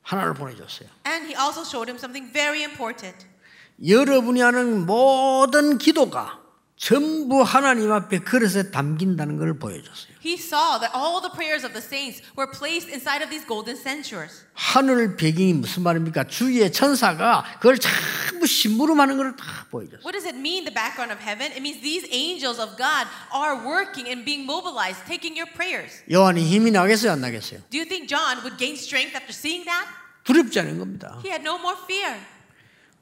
[SPEAKER 1] 하나를 보내줬어요.
[SPEAKER 2] And he also showed him something very important.
[SPEAKER 1] 여러분이 하는 모든 기도가 전부 하나님 앞에 그릇에 담긴다는 걸 보여줬어요.
[SPEAKER 2] He saw that all the prayers of the saints were placed inside of these golden censures.
[SPEAKER 1] 하늘 배경이 무슨 말입니까? 주위의 천사가 그걸 전부 심부름하는 걸 다 보여줬어요.
[SPEAKER 2] What does it mean, the background of heaven? It means these angels of God are working and being mobilized, taking your prayers.
[SPEAKER 1] 요한이 힘이 나겠어요? 안 나겠어요?
[SPEAKER 2] Do you think John would gain strength after seeing that?
[SPEAKER 1] 두렵지 않은 겁니다.
[SPEAKER 2] He had no more fear.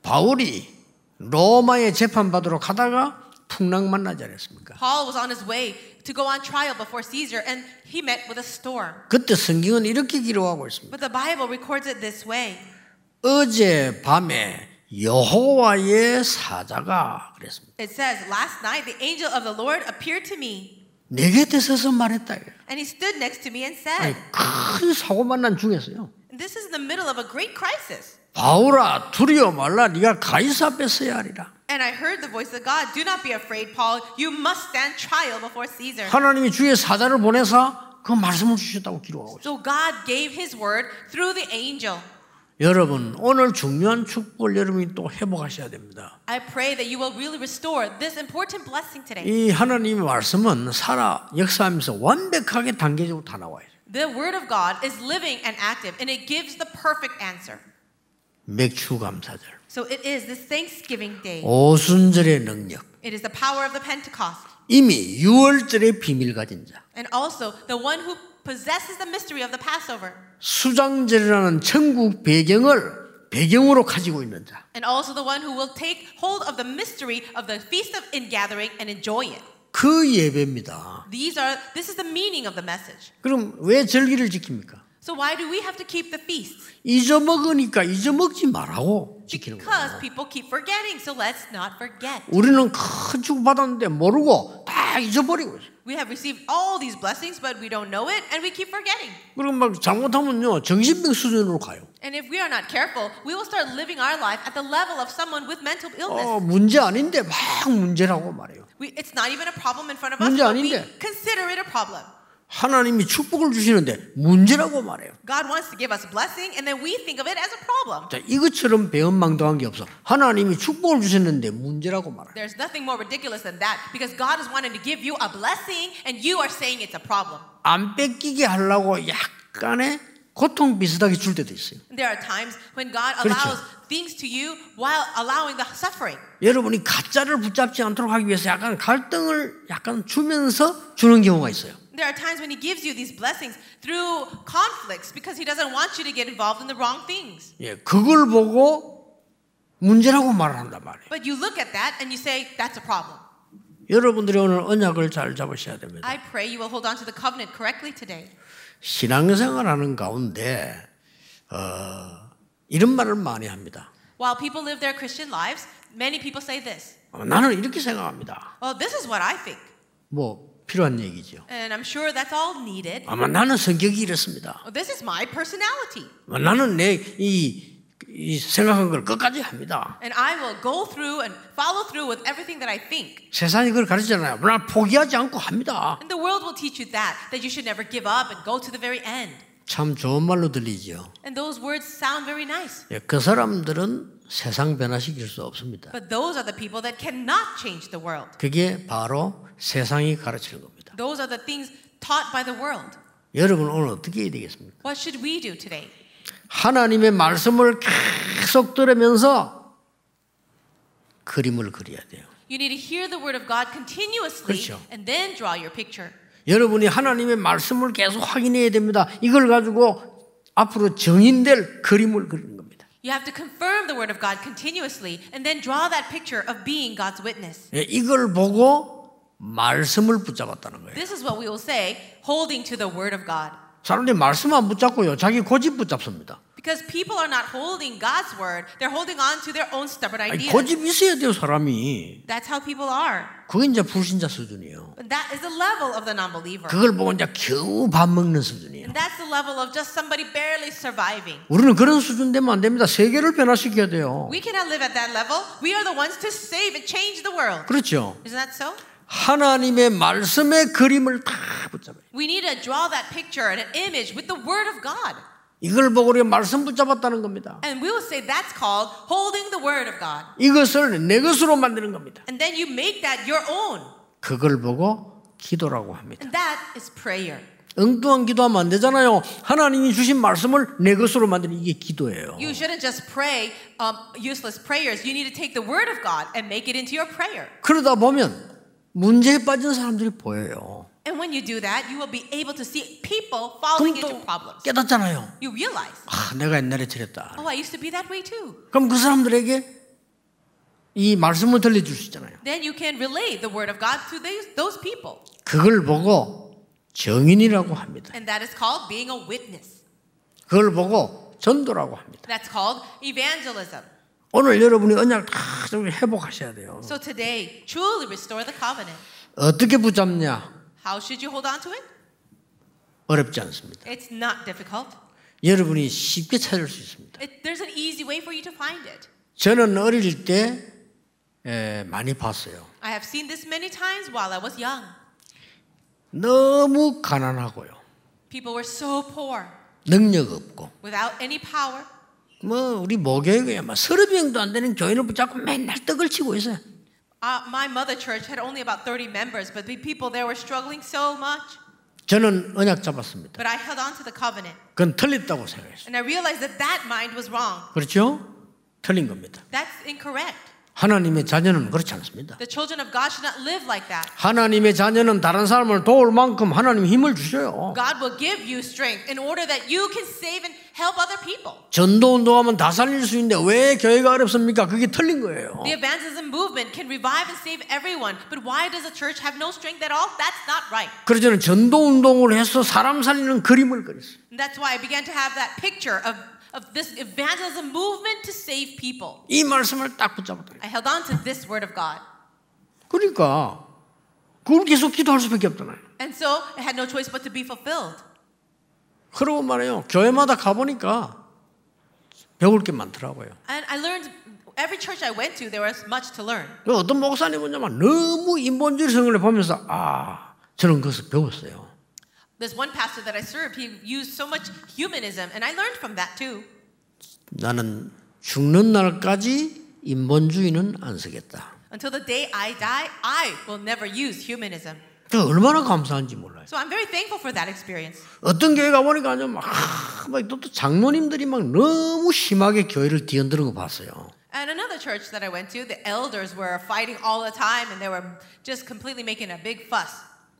[SPEAKER 1] 바울이 로마에 재판받으러 가다가 풍랑 만나지 않았습니까?
[SPEAKER 2] Paul was on his way to go on trial before Caesar, and he met with a storm.
[SPEAKER 1] 그때 성경은 이렇게 기록하고 있습니다.
[SPEAKER 2] But the Bible records it this way.
[SPEAKER 1] 어제 밤에 여호와의 사자가 그랬습니다.
[SPEAKER 2] It says, Last night the angel of the Lord appeared to me,
[SPEAKER 1] 내 곁에 서서 말했다. 이거예요.
[SPEAKER 2] and he stood next to me and said,
[SPEAKER 1] 아니, 큰 사고 만난 중에서요.
[SPEAKER 2] This is in the middle of a great crisis.
[SPEAKER 1] 바울아 두려워 말라 네가 가이사 앞에 서야 하리라.
[SPEAKER 2] And I heard the voice of God, Do not be afraid, Paul. You must stand trial before Caesar.
[SPEAKER 1] 하나님이 주의 사자를 보내사 그 말씀을 주셨다고 기록하고 있어요.
[SPEAKER 2] So God gave his word through the angel.
[SPEAKER 1] 여러분 오늘 중요한 축복을 여러분이 또 회복하셔야 됩니다.
[SPEAKER 2] I pray that you will really restore this important blessing today.
[SPEAKER 1] 이 하나님의 말씀은 살아 역사하면서 완벽하게 단계적으로 다 나와요.
[SPEAKER 2] The word of God is living and active, and it gives the perfect answer.
[SPEAKER 1] 맥주 감사절,
[SPEAKER 2] So it is this Thanksgiving day.
[SPEAKER 1] 오순절의 능력,
[SPEAKER 2] It is the power of the Pentecost,
[SPEAKER 1] 이미 유월절의 비밀 가진 자,
[SPEAKER 2] and also the one who possesses the mystery of the Passover,
[SPEAKER 1] 수장절이라는 천국 배경을 배경으로 가지고 있는 자,
[SPEAKER 2] and also the one who will take hold of the mystery of the feast of ingathering and enjoy it.
[SPEAKER 1] 그 예배입니다.
[SPEAKER 2] These are this is the meaning of the message.
[SPEAKER 1] 그럼 왜 절기를 지킵니까?
[SPEAKER 2] So why do we have to keep the feasts?
[SPEAKER 1] 잊어먹으니까 잊어먹지 말라고 지키는
[SPEAKER 2] Because
[SPEAKER 1] 거예요.
[SPEAKER 2] people keep forgetting, so let's not forget.
[SPEAKER 1] 우리는 큰 축복 받았는데 모르고 다 잊어버리고 있어요.
[SPEAKER 2] We have received all these blessings, but we don't know it, and we keep forgetting.
[SPEAKER 1] 그럼 막 잘못하면요 정신병 수준으로 가요.
[SPEAKER 2] And if we are not careful, we will start living our life at the level of someone with mental illness.
[SPEAKER 1] 어, 문제 아닌데 막 문제라고 말해요.
[SPEAKER 2] We, it's not even a problem in front of us,
[SPEAKER 1] 문제
[SPEAKER 2] but we
[SPEAKER 1] 아닌데.
[SPEAKER 2] consider it a problem.
[SPEAKER 1] 하나님이 축복을 주시는데 문제라고 말해요.
[SPEAKER 2] God wants to give us a blessing, and then we think of it as a problem.
[SPEAKER 1] 자, 이것처럼 배은망덕한 게 없어. 하나님이 축복을 주셨는데 문제라고 말해요.
[SPEAKER 2] There's nothing more ridiculous than that because God is wanting to give you a blessing, and you are saying it's a problem.
[SPEAKER 1] 안 뺏기게 하려고 약간의 고통 비슷하게 줄 때도 있어요.
[SPEAKER 2] There are times when God
[SPEAKER 1] 그렇죠.
[SPEAKER 2] allows things to you while allowing the suffering.
[SPEAKER 1] 여러분이 가짜를 붙잡지 않도록 하기 위해서 약간 갈등을 약간 주면서 주는 경우가 있어요.
[SPEAKER 2] There are times when He gives you these blessings through conflicts because He doesn't want you to get involved in the wrong things.
[SPEAKER 1] 예, 그걸 보고 문제라고 말을 한단 말이에요.
[SPEAKER 2] But you look at that and you say, that's a problem.
[SPEAKER 1] 여러분들이 오늘 언약을 잘 잡으셔야 됩니다.
[SPEAKER 2] I pray you will hold on to the covenant correctly today.
[SPEAKER 1] 신앙생활하는 가운데 어, 이런 말을 많이 합니다.
[SPEAKER 2] While people live their Christian lives, many people say this
[SPEAKER 1] 어, 나는 이렇게 생각합니다.
[SPEAKER 2] Well, this is what I think.
[SPEAKER 1] 뭐 필요한 얘기죠.
[SPEAKER 2] And I'm sure that's all needed.
[SPEAKER 1] 아마 나는 성격이 이렇습니다.
[SPEAKER 2] Well, this is my personality.
[SPEAKER 1] 어, 나는 내이 이 생각한 걸 끝까지 합니다.
[SPEAKER 2] And I will go through and follow through with everything that I think.
[SPEAKER 1] 세상이 그걸 가르치잖아요. 나 포기하지 않고 합니다.
[SPEAKER 2] And the world will teach you that, that you should never give up and go to the very end.
[SPEAKER 1] 참 좋은 말로 들리죠.
[SPEAKER 2] And those words sound very nice.
[SPEAKER 1] 예, 그 사람들은 세상 변화시킬 수 없습니다.
[SPEAKER 2] But those are the people that cannot change the world.
[SPEAKER 1] 그게 바로 세상이 가르치는 겁니다.
[SPEAKER 2] Those are the things taught by the world.
[SPEAKER 1] 여러분 오늘 어떻게 해야 되겠습니까?
[SPEAKER 2] What should we do today?
[SPEAKER 1] 하나님의 말씀을 계속 들으면서 그림을 그려야 돼요.
[SPEAKER 2] You need to hear the word of God continuously
[SPEAKER 1] 그렇죠.
[SPEAKER 2] and then draw your picture.
[SPEAKER 1] 여러분이 하나님의 말씀을 계속 확인해야 됩니다. 이걸 가지고 앞으로 정인될 그림을 그리는 겁니다.
[SPEAKER 2] You have to confirm the word of God continuously and then draw that picture of being God's witness.
[SPEAKER 1] 예, 이걸 보고 말씀을 붙잡았다는 거예요.
[SPEAKER 2] This is what we will say holding to the word of God.
[SPEAKER 1] 사람들이 말씀 안 붙잡고요. 자기 고집 붙잡습니다.
[SPEAKER 2] Because people are not holding God's word, they're holding on to their own stubborn
[SPEAKER 1] 아니,
[SPEAKER 2] ideas.
[SPEAKER 1] 고집 있어야 돼요, 사람이.
[SPEAKER 2] That's how people are.
[SPEAKER 1] 그게 이제 불신자 수준이에요.
[SPEAKER 2] And that is the level of the non believer.
[SPEAKER 1] 그걸 보고 이제 겨우 밥 먹는 수준이에요.
[SPEAKER 2] And that's the level of just somebody barely surviving.
[SPEAKER 1] 우리는 그런 수준 되면 안 됩니다. 세계를 변화시켜야 돼요.
[SPEAKER 2] We cannot live at that level. We are the ones to save and change the world.
[SPEAKER 1] 그렇죠.
[SPEAKER 2] Isn't that so?
[SPEAKER 1] 하나님의 말씀의 그림을 다 붙잡아요.
[SPEAKER 2] We need to draw that picture and an image with the word of God.
[SPEAKER 1] 이걸 보고 우리가 말씀 붙잡았다는 겁니다.
[SPEAKER 2] And we will say that's called holding the word of God.
[SPEAKER 1] 이것을 내 것으로 만드는 겁니다.
[SPEAKER 2] And then you make that your own.
[SPEAKER 1] 그걸 보고 기도라고 합니다.
[SPEAKER 2] And that is prayer.
[SPEAKER 1] 엉뚱한 기도하면 안 되잖아요. 하나님이 주신 말씀을 내 것으로 만드는 이게 기도예요.
[SPEAKER 2] You shouldn't just pray um, useless prayers. You need to take the word of God and make it into your prayer.
[SPEAKER 1] 그러다 보면 문제에 빠진 사람들이 보여요.
[SPEAKER 2] And when you do that, you will be able to see people
[SPEAKER 1] 그럼
[SPEAKER 2] falling
[SPEAKER 1] 또
[SPEAKER 2] into problems.
[SPEAKER 1] 깨닫잖아요.
[SPEAKER 2] You realize,
[SPEAKER 1] 아, 내가 옛날에 저랬다.
[SPEAKER 2] oh, I used to be that way too.
[SPEAKER 1] 그럼 그 사람들에게 이 말씀을 들려줄 수 있잖아요.
[SPEAKER 2] then you can relate the word of God to these, those people.
[SPEAKER 1] 그걸 보고 정인이라고 합니다.
[SPEAKER 2] And that is called being a witness.
[SPEAKER 1] 그걸 보고 전도라고 합니다.
[SPEAKER 2] That's called evangelism.
[SPEAKER 1] 오늘 여러분이 언약을 다 정말 회복하셔야 돼요.
[SPEAKER 2] So today, truly restore the covenant.
[SPEAKER 1] 어떻게 붙잡냐?
[SPEAKER 2] How should you hold on to it?
[SPEAKER 1] 어렵지 않습니다.
[SPEAKER 2] It's not difficult.
[SPEAKER 1] 여러분이 쉽게 찾을 수 있습니다.
[SPEAKER 2] It, there's an easy way for you to find it.
[SPEAKER 1] 저는 어릴 때 에, 많이 봤어요.
[SPEAKER 2] I have seen this many times while I was young.
[SPEAKER 1] 너무 가난하고요.
[SPEAKER 2] People were so poor,
[SPEAKER 1] 능력 없고
[SPEAKER 2] without any power.
[SPEAKER 1] 뭐 우리 모교회에 막 서른 명도 안 되는 교인을 붙잡고 맨날 떡을 치고 있어요.
[SPEAKER 2] Uh, my mother church had only about 30 members, but the people there were struggling so much.
[SPEAKER 1] 저는 언약 잡았습니다.
[SPEAKER 2] But I held on to the covenant,
[SPEAKER 1] 그건 틀렸다고 생각했어요.
[SPEAKER 2] and I realized that that mind was wrong.
[SPEAKER 1] 그렇죠? 틀린 겁니다.
[SPEAKER 2] That's incorrect.
[SPEAKER 1] 하나님의 자녀는 그렇지 않습니다.
[SPEAKER 2] The children of God should not live like that.
[SPEAKER 1] 하나님의 자녀는 다른 사람을 도울 만큼 하나님 힘을 주셔요.
[SPEAKER 2] God will give you strength in order that you can save and help other people.
[SPEAKER 1] 전도 운동하면 다 살릴 수 있는데 왜 교회가 어렵습니까? 그게 틀린 거예요.
[SPEAKER 2] The evangelism movement can revive and save everyone, but why does a church have no strength at all? That's not right.
[SPEAKER 1] 그래서 저는 전도 운동을 해서 사람 살리는 그림을 그렸어요.
[SPEAKER 2] And that's why I began to have that picture of, of this evangelism movement to save people.
[SPEAKER 1] 이 말씀을 딱 붙잡았다.
[SPEAKER 2] I held on to this word of God.
[SPEAKER 1] 그러니까 그걸 계속 기도할 수밖에 없잖아요.
[SPEAKER 2] And so it had no choice but to be fulfilled.
[SPEAKER 1] 그러고 말해요. 교회마다 가보니까 배울 게 많더라고요.
[SPEAKER 2] And I learned every church I went to, there was much to learn.
[SPEAKER 1] 그 어떤 목사님은 정말 너무 인본주의 성을 보면서 아 저는 그것을 배웠어요.
[SPEAKER 2] There's one pastor that I served, he used so much humanism, and I learned from that too.
[SPEAKER 1] 나는 죽는 날까지 인본주의는 안 쓰겠다.
[SPEAKER 2] Until the day I die, I will never use humanism.
[SPEAKER 1] 그 얼마나 감사한지 몰라요.
[SPEAKER 2] So I'm very thankful for that experience.
[SPEAKER 1] 어떤 교회 가보니까요, 막, 막, 또, 또 장로님들이 막 너무 심하게 교회를 뒤흔드는 거 봤어요.
[SPEAKER 2] And another church that I went to, the elders were fighting all the time and they were just completely making a big fuss.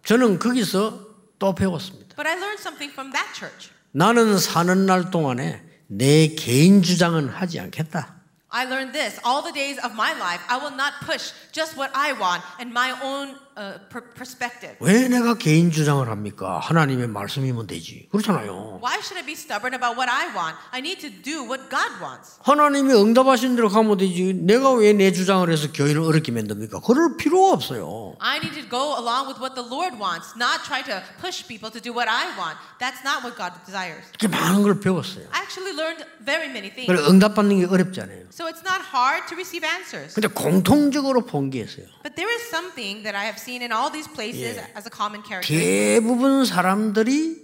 [SPEAKER 1] 저는 거기서 또 배웠습니다.
[SPEAKER 2] But I learned something from that church.
[SPEAKER 1] 나는 사는 날 동안에 내 개인 주장은 하지 않겠다.
[SPEAKER 2] I learned this all the days of my life. I will not push just what I want and my own uh, per- perspective.
[SPEAKER 1] 왜 내가 개인 주장을 합니까? 하나님의 말씀이면 되지. 그렇잖아요.
[SPEAKER 2] Why should I be stubborn about what I want? I need to do what God wants.
[SPEAKER 1] 하나님이 응답하신 대로 가면 되지. 내가 왜 내 주장을 해서 교회를 어렵게 만듭니까? 그럴 필요가 없어요.
[SPEAKER 2] I need to go along with what the Lord wants, not try to push people to do what I want. That's not what God desires.
[SPEAKER 1] 이렇게 많은 걸 배웠어요.
[SPEAKER 2] I actually learned very many things.
[SPEAKER 1] 그래서 응답받는 게 어렵지 않아요.
[SPEAKER 2] So it's not hard to receive answers.
[SPEAKER 1] 근데 공통적으로 본 게 있어요.
[SPEAKER 2] But there is something that I have seen in all these places
[SPEAKER 1] Yeah.
[SPEAKER 2] as a common character.
[SPEAKER 1] 대부분 사람들이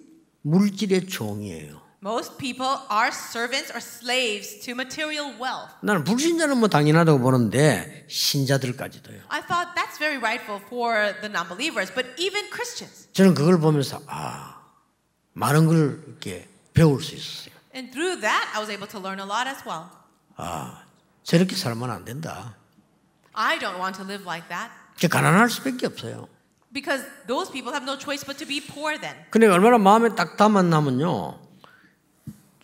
[SPEAKER 1] 물질의 종이에요.
[SPEAKER 2] Most people are servants or slaves to material wealth.
[SPEAKER 1] 나는 불신자는 뭐 당연하다고 보는데 신자들까지도요.
[SPEAKER 2] I thought that's very rightful for the non believers, but even Christians.
[SPEAKER 1] 저는 그걸 보면서 아 많은 걸 이렇게 배울 수 있었어요.
[SPEAKER 2] And through that, I was able to learn a lot as well.
[SPEAKER 1] 아 저렇게 살면 안 된다.
[SPEAKER 2] I don't want to live like that
[SPEAKER 1] 이제 가난할 수밖에 없어요.
[SPEAKER 2] because those people have no choice but to be poor then.
[SPEAKER 1] 근데 얼마나 마음에 딱 담았나면요.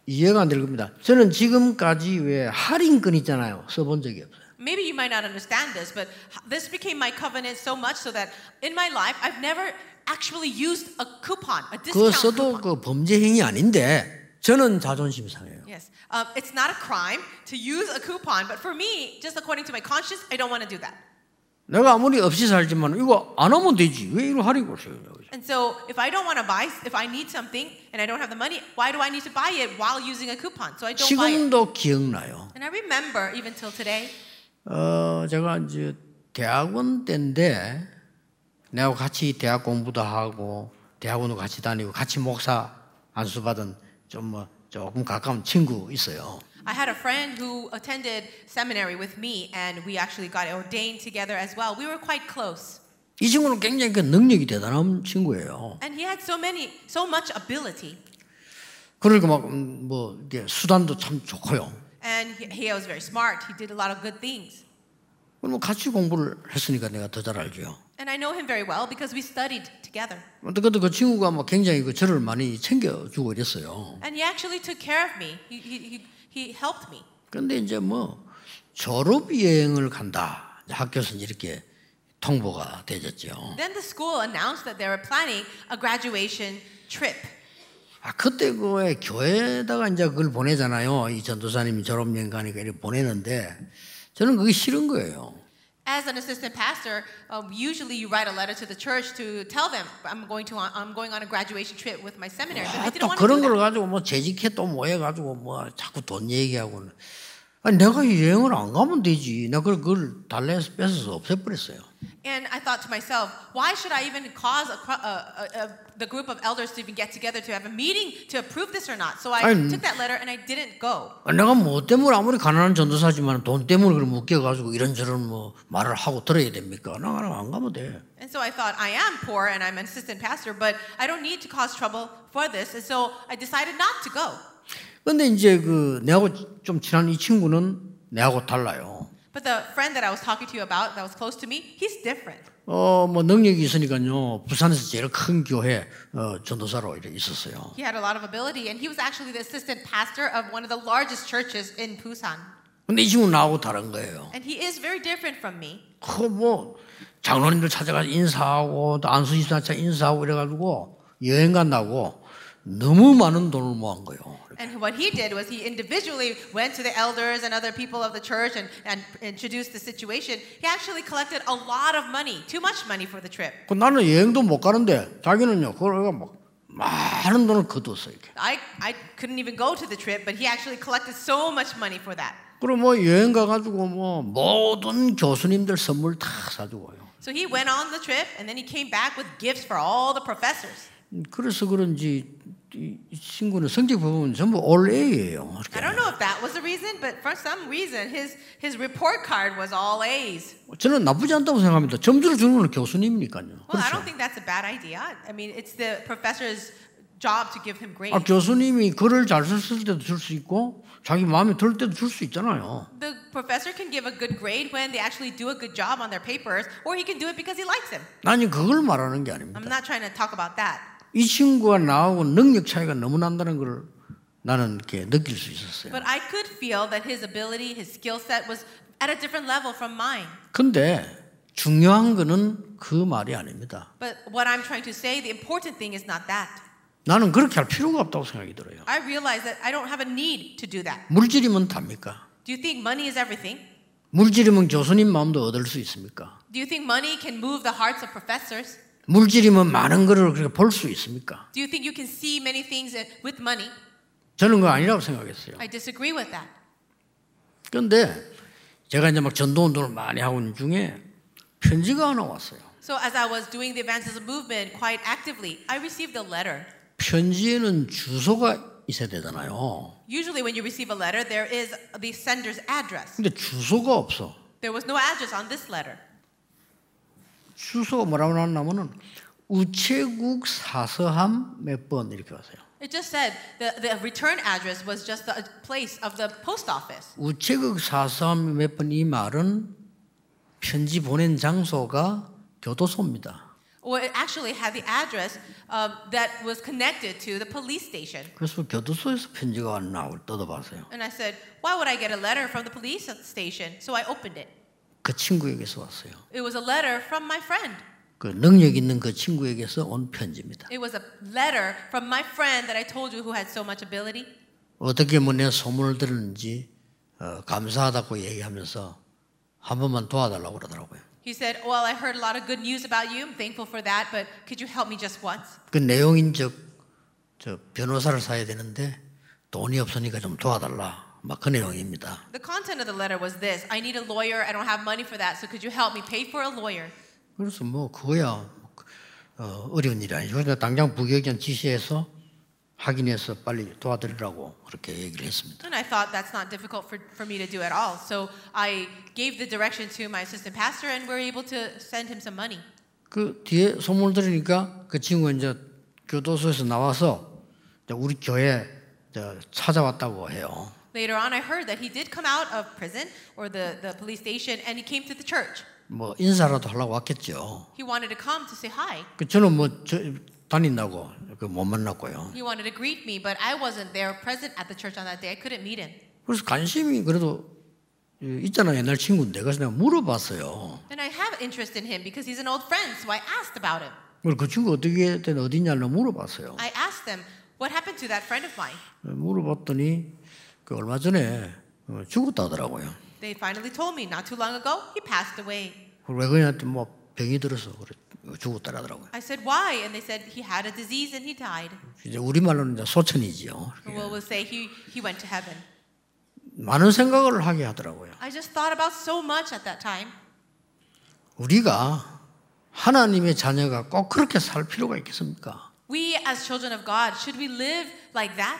[SPEAKER 1] 이해가 안 될 겁니다. 저는 지금까지 왜 할인권 있잖아요. 써본 적이 없어요.
[SPEAKER 2] Maybe you might not understand this, but h- this became my covenant so much so that in my life, I've never actually used a coupon, a
[SPEAKER 1] 그거
[SPEAKER 2] discount
[SPEAKER 1] 써도
[SPEAKER 2] coupon.
[SPEAKER 1] 그 범죄 행위 아닌데 저는 자존심 상해요.
[SPEAKER 2] Yes. Um, it's not a crime to use a coupon, but for me, just according to my conscience, I don't want to do that.
[SPEAKER 1] 내가 아무리 없이 살지만 이거 안 하면 되지. 왜 이걸 할인권 써요?
[SPEAKER 2] And so, if I don't want to buy, if I need something and I don't have the money, why do I need to buy it while using a coupon? So I don't buy it.
[SPEAKER 1] 지금도 기억나요.
[SPEAKER 2] And I remember even till today,
[SPEAKER 1] 어, 제가 이제 대학원 때인데 내가 같이 대학 공부도 하고 대학원도 같이 다니고 같이 목사 안수 받은 좀 뭐 조금 가까운 친구 있어요.
[SPEAKER 2] I had a friend who attended seminary with me, and we actually got ordained together as well. We were quite close,
[SPEAKER 1] 이 친구는 굉장히 그 능력이 대단한 친구예요.
[SPEAKER 2] and he had so many, so much ability,
[SPEAKER 1] 그러니까 막뭐 수단도 참 좋고요.
[SPEAKER 2] and he, he was very smart. He did a lot of good things,
[SPEAKER 1] 그럼 뭐 같이 공부를 했으니까 내가 더 잘 알죠.
[SPEAKER 2] and I know him very well because we studied together.
[SPEAKER 1] 어쨌든 그 친구가 뭐 굉장히 그 저를 많이 챙겨주고 이랬어요.
[SPEAKER 2] And he actually took care of me. He, he, he, he helped me.
[SPEAKER 1] 그런데 이제 뭐 졸업 여행을 간다. 학교에서 이렇게 통보가 되졌죠.
[SPEAKER 2] Then the school announced that they were planning a graduation trip.
[SPEAKER 1] 아, 그때 그왜 교회에다가 이제 그걸 보내잖아요. 이 전도사님이 졸업여행 가니까 이렇게 보내는데 저는 그게 싫은 거예요.
[SPEAKER 2] As an assistant pastor, um, usually you write a letter to the church to tell them I'm going to I'm going on a graduation trip with my seminary. But
[SPEAKER 1] 아,
[SPEAKER 2] they didn't
[SPEAKER 1] 또
[SPEAKER 2] want to do
[SPEAKER 1] 그런
[SPEAKER 2] that.
[SPEAKER 1] 걸 가지고 뭐 재직해 또 뭐해 가지고 뭐 자꾸 돈 얘기하고는 아니 내가 여행을 안 가면 되지. 나 그걸, 그걸 달래서 뺏어서 없애버렸어요.
[SPEAKER 2] And I thought to myself, why should I even cause a, cro- a, a, a, the group of elders to even get together to have a meeting to approve this or not? So I
[SPEAKER 1] I'm-
[SPEAKER 2] took that letter and I didn't go.
[SPEAKER 1] 아, 내가 뭐 때문에 아무리 가난한 전도사지만 돈 때문에 그걸 묶여가지고 이런저런 뭐 말을 하고 들어야 됩니까? 나 그냥 안 가면 돼.
[SPEAKER 2] And so I thought, I am poor and I'm an assistant pastor, but I don't need to cause trouble for this. And so I decided not to go.
[SPEAKER 1] 근데 이제 그 내하고 좀 친한 이 친구는 내하고 달라요.
[SPEAKER 2] But the friend that I was talking to you about that was close to me, he's different.
[SPEAKER 1] 어, 뭐 능력이 있으니까요. 부산에서 제일 큰 교회 어, 전도사로 이렇게 있었어요.
[SPEAKER 2] He had a lot of ability, and he was actually the assistant pastor of one of the largest churches in Busan.
[SPEAKER 1] 근데 이 친구 나하고 다른 거예요.
[SPEAKER 2] And he is very different from me.
[SPEAKER 1] 그뭐 장로님들 찾아가서 인사하고 또 안수 집사차 인사하고 이래가지고 여행 간다고 너무 많은 돈을 모은 거예요.
[SPEAKER 2] And what he did was he individually went to the elders and other people of the church and, and introduced the situation. He actually collected a lot of money, too much money for the trip.
[SPEAKER 1] 그 나는 여행도 못 가는데 자기는요. 그러니까 막 많은 돈을 거뒀어 이렇게.
[SPEAKER 2] I, I couldn't even go to the trip, but he actually collected so much money for that.
[SPEAKER 1] 그럼 뭐 여행 가가지고 뭐 모든 교수님들 선물 다 사주고요.
[SPEAKER 2] So he went on the trip and then he came back with gifts for all the professors.
[SPEAKER 1] 그래서 그런지 이이 친구는 성적 보면 전부 올 A예요.
[SPEAKER 2] I don't know if that was the reason, but for some reason his his report card was all A's.
[SPEAKER 1] 저는 나쁘지 않다고 생각합니다. 점수를 주는 건 교수님이니까요.
[SPEAKER 2] Well, I
[SPEAKER 1] 그렇죠.
[SPEAKER 2] don't think that's a bad idea. I mean, it's the professor's job to give him grades.
[SPEAKER 1] 아, 교수님이 글을 잘 썼을 때도 줄 수 있고 자기 마음에 들 때도 줄 수 있잖아요.
[SPEAKER 2] The professor can give a good grade when they actually do a good job on their papers, or he can do it because he likes him.
[SPEAKER 1] 나는 그걸 말하는 게 아닙니다.
[SPEAKER 2] I'm not trying to talk about that.
[SPEAKER 1] 이 친구가 나하고 능력 차이가 너무 난다는 걸 나는 이렇게 느낄 수 있었어요.
[SPEAKER 2] But I could feel that his ability, his skill set was at a different level from mine.
[SPEAKER 1] 근데 중요한 거는 그 말이 아닙니다.
[SPEAKER 2] But what I'm trying to say, the important thing is not that.
[SPEAKER 1] 나는 그렇게 할 필요가 없다고 생각이 들어요.
[SPEAKER 2] I realize that I don't have a need to do that.
[SPEAKER 1] 물질이면 답니까?
[SPEAKER 2] Do you think money is everything?
[SPEAKER 1] 물질이면 교수님 마음도 얻을 수 있습니까?
[SPEAKER 2] Do you think money can move the hearts of professors?
[SPEAKER 1] 물질이면 많은 거를 그렇게 볼 수 있습니까?
[SPEAKER 2] Do you think you can see many things uh, with money?
[SPEAKER 1] 저는 그거 아니라고 생각했어요.
[SPEAKER 2] I disagree with that.
[SPEAKER 1] 그런데 제가 이제 막 전도 운동을 많이 하고 있는 중에 편지가 하나 왔어요.
[SPEAKER 2] So, as I was doing the evangelism movement quite actively, I received a letter.
[SPEAKER 1] 편지에는 주소가 있어야 되잖아요.
[SPEAKER 2] Usually, when you receive a letter, there is the sender's address.
[SPEAKER 1] 근데 주소가 없어.
[SPEAKER 2] There was no address on this letter.
[SPEAKER 1] 주소가 뭐라고 나왔냐면은 우체국 사서함 몇 번 이렇게 왔어요.
[SPEAKER 2] It just said the, the return address was just the uh, place of the post office.
[SPEAKER 1] 우체국 사서함 몇 번 이 말은 편지 보낸 장소가 교도소입니다.
[SPEAKER 2] Or it actually had the address um, that was connected to the police station.
[SPEAKER 1] 그래서 교도소에서 편지가 왔나 뜯어봤어요.
[SPEAKER 2] And I said, Why would I get a letter from the police station? So I opened it.
[SPEAKER 1] 그 친구에게서 왔어요.
[SPEAKER 2] It was a letter from my friend.
[SPEAKER 1] 그 능력 있는 그 친구에게서 온 편지입니다.
[SPEAKER 2] It was a letter from my friend that I told you who had so much ability.
[SPEAKER 1] 어떻게 뭐 내 소문을 들었는지 어, 감사하다고 얘기하면서 한 번만 도와달라고 그러더라고요.
[SPEAKER 2] He said, Well, I heard a lot of good news about you. I'm thankful for that, but could you help me just once?
[SPEAKER 1] 그 내용인 즉저 변호사를 사야 되는데 돈이 없으니까 좀 도와달라. 막 그 내용입니다.
[SPEAKER 2] The content of the letter was this I need a lawyer. I don't have money for that. So could you help me pay for a lawyer?
[SPEAKER 1] 그래서 뭐 그거야 어, 어려운 일이 아니죠. 그러니까 당장 부교육장 지시해서 확인해서 빨리 도와드리라고 그렇게 얘기를 했습니다.
[SPEAKER 2] And I thought that's not difficult for, for me to do at all. So I gave the direction to my assistant pastor, and we were able to send him some money.
[SPEAKER 1] 그 뒤에 소문을 들으니까 그 친구가 이제 교도소에서 나와서 이제 우리 교회 저 찾아왔다고 해요.
[SPEAKER 2] Later on, I heard that he did come out of prison or the, the police station and he came to the church.
[SPEAKER 1] 뭐 인사라도 하려고 왔겠죠.
[SPEAKER 2] He wanted to come to say hi.
[SPEAKER 1] 그 저는 뭐 저, 다닌다고 그 못 만났고요.
[SPEAKER 2] He wanted to greet me, but I wasn't there present at the church on that day. I couldn't meet him.
[SPEAKER 1] 그래서 관심이 그래도 있잖아 옛날 친구인데 그래서 내가 물어봤어요.
[SPEAKER 2] And I have interest in him because he's an old friend, so I asked about him.
[SPEAKER 1] 그걸 그 친구 어떻게 된 어디냐고 물어봤어요.
[SPEAKER 2] I asked them, what happened to that friend of mine?
[SPEAKER 1] 물어봤더니 그 얼마 전에 어, 죽었다 하더라고요.
[SPEAKER 2] They finally told me not too long ago, he passed away.
[SPEAKER 1] 그걸 왜 그랬냐면 뭐 병이 들어서 그래 죽었다 하더라고요.
[SPEAKER 2] I said, why? And they said, he had a disease and he died.
[SPEAKER 1] 이제 우리 말로는 이제 소천이지요.
[SPEAKER 2] Or Well, we'll say he, he went to heaven.
[SPEAKER 1] 많은 생각을 하게 하더라고요.
[SPEAKER 2] I just thought about so much at that time.
[SPEAKER 1] 우리가 하나님의 자녀가 꼭 그렇게 살 필요가 있겠습니까?
[SPEAKER 2] We, as children of God, should we live like that?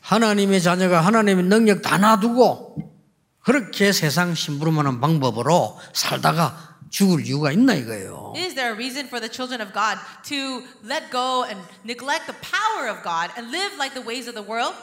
[SPEAKER 1] 하나님의 자녀가 하나님의 능력 다 놔두고 그렇게 세상 심부름하는 방법으로 살다가 죽을 이유가 있나 이거예요.
[SPEAKER 2] Is there a reason for the children of God to let go and neglect the power of God and live like the ways of the world?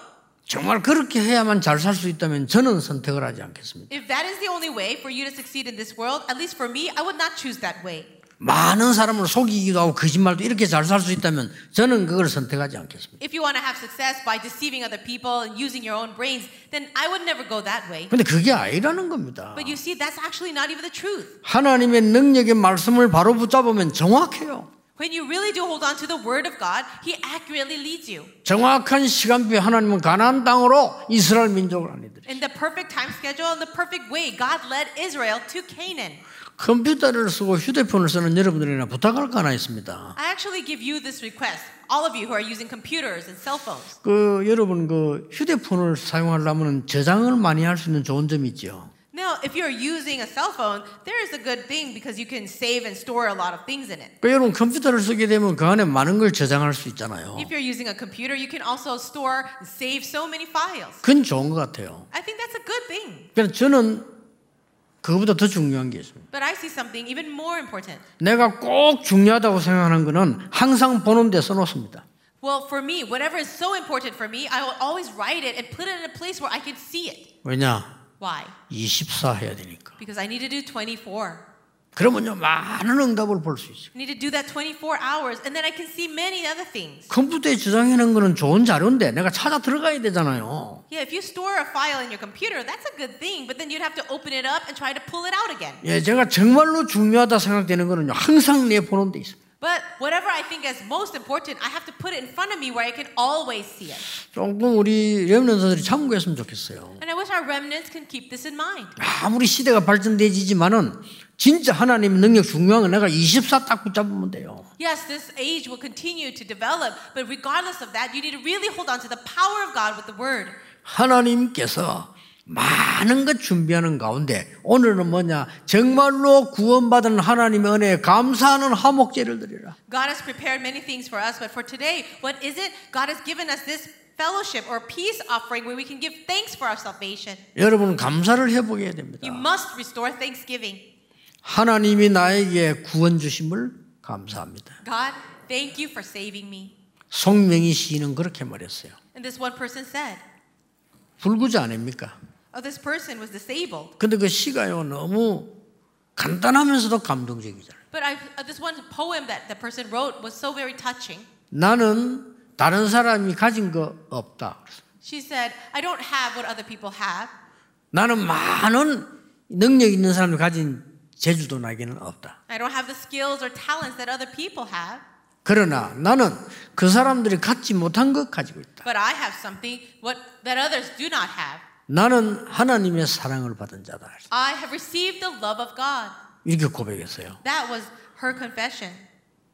[SPEAKER 1] 정말 그렇게 해야만 잘 살 수 있다면 저는 선택을 하지 않겠습니다.
[SPEAKER 2] If that is the only way for you to succeed in this world, at least for me, I would not choose that way.
[SPEAKER 1] 많은 사람을 속이기도 하고 거짓말도 이렇게 잘 살 수 있다면 저는 그걸 선택하지 않겠습니다.
[SPEAKER 2] If you want to have success by deceiving other people and using your own brains, then I would never go that way.
[SPEAKER 1] 근데 그게 아니라는 겁니다.
[SPEAKER 2] But you see, that's actually not even the truth.
[SPEAKER 1] 하나님의 능력의 말씀을 바로 붙잡으면 정확해요.
[SPEAKER 2] When you really do hold on to the word of God, he accurately leads you.
[SPEAKER 1] 정확한 시간표에 하나님은 가나안 땅으로 이스라엘 민족을 안내드려요.
[SPEAKER 2] In the perfect time schedule and the perfect way, God led Israel to Canaan.
[SPEAKER 1] 컴퓨터를 쓰고 휴대폰을 쓰는 여러분들이나 부탁할 거 하나 있습니다.
[SPEAKER 2] I actually give you this request, all of you who are using computers and cell phones.
[SPEAKER 1] 그 여러분 그 휴대폰을 사용하려면 저장을 많이 할 수 있는 좋은 점이 있죠.
[SPEAKER 2] Now, if you're using a cell phone, there is a good thing because you can save and store a lot of things in it.
[SPEAKER 1] 그 여러분 컴퓨터를 쓰게 되면 그 안에 많은 걸 저장할 수 있잖아요.
[SPEAKER 2] If you're using a computer, you can also store and save so many files.
[SPEAKER 1] 그건 좋은 것 같아요.
[SPEAKER 2] I think that's a good thing.
[SPEAKER 1] 그래서 저는 그거보다 더 중요한 게 있습니다.
[SPEAKER 2] But I see something even more important.
[SPEAKER 1] 내가 꼭 중요하다고 생각하는 거는 항상 보는 데 써놓습니다.
[SPEAKER 2] Well, for me, whatever is so important for me, I will always write it and put it in a place where I can see it.
[SPEAKER 1] 왜냐?
[SPEAKER 2] Why?
[SPEAKER 1] 24 해야 되니까.
[SPEAKER 2] Because I need to do 24.
[SPEAKER 1] 그러면요 많은 응답을 볼 수 있어요.
[SPEAKER 2] I need to do that 24 hours, and then I can see many other things.
[SPEAKER 1] 컴퓨터에 저장해놓은 거는 좋은 자료인데 내가 찾아 들어가야 되잖아요.
[SPEAKER 2] Yeah, if you store a file in your computer, that's a good thing, but then you'd have to open it up and try to pull it out again.
[SPEAKER 1] 예, 제가 정말로 중요하다 생각되는 거는요 항상 내 보는 데 있어요.
[SPEAKER 2] But whatever I think is most important, I have to put it in front of me where I can always see it.
[SPEAKER 1] 조금 우리 렘넌트들이 참고했으면 좋겠어요.
[SPEAKER 2] And I wish our remnants can keep this in mind.
[SPEAKER 1] 아무리 시대가 발전되지만은 진짜 하나님의 능력 중요한 건 내가 24 딱 붙잡으면 돼요.
[SPEAKER 2] Yes, this age will continue to develop, but regardless of that, you need to really hold on to the power of God with the word.
[SPEAKER 1] 하나님께서 많은 것 준비하는 가운데 오늘은 뭐냐 정말로 구원받은 하나님의 은혜에 감사하는 화목제를 드리라.
[SPEAKER 2] God has prepared many things for us, but for today, what is it? God has given us this fellowship or peace offering where we can give thanks for our salvation.
[SPEAKER 1] 여러분 감사를 해보게
[SPEAKER 2] You
[SPEAKER 1] 됩니다.
[SPEAKER 2] must restore thanksgiving.
[SPEAKER 1] 하나님이 나에게 구원 주심을 감사합니다.
[SPEAKER 2] God, thank you for saving me.
[SPEAKER 1] 성명이 시인은 그렇게 말했어요.
[SPEAKER 2] And this one person said,
[SPEAKER 1] 불구자 아닙니까?
[SPEAKER 2] Oh, this person was disabled.
[SPEAKER 1] 근데 그 시가요 너무 간단하면서도 감동적이잖아요.
[SPEAKER 2] But I, uh, this one poem that the person wrote was so very touching.
[SPEAKER 1] 나는 다른 사람이 가진 거 없다.
[SPEAKER 2] She said, I don't have what other people have.
[SPEAKER 1] 나는 많은 능력 있는 사람이 가진 재주도 나에게는 없다.
[SPEAKER 2] I don't have the skills or talents that other people have.
[SPEAKER 1] 그러나 나는 그 사람들이 갖지 못한 것 가지고 있다.
[SPEAKER 2] But I have something what, that others do not have.
[SPEAKER 1] 나는 하나님의 사랑을 받은 자다.
[SPEAKER 2] I have received the love of God.
[SPEAKER 1] 이렇게 고백했어요.
[SPEAKER 2] That was her confession.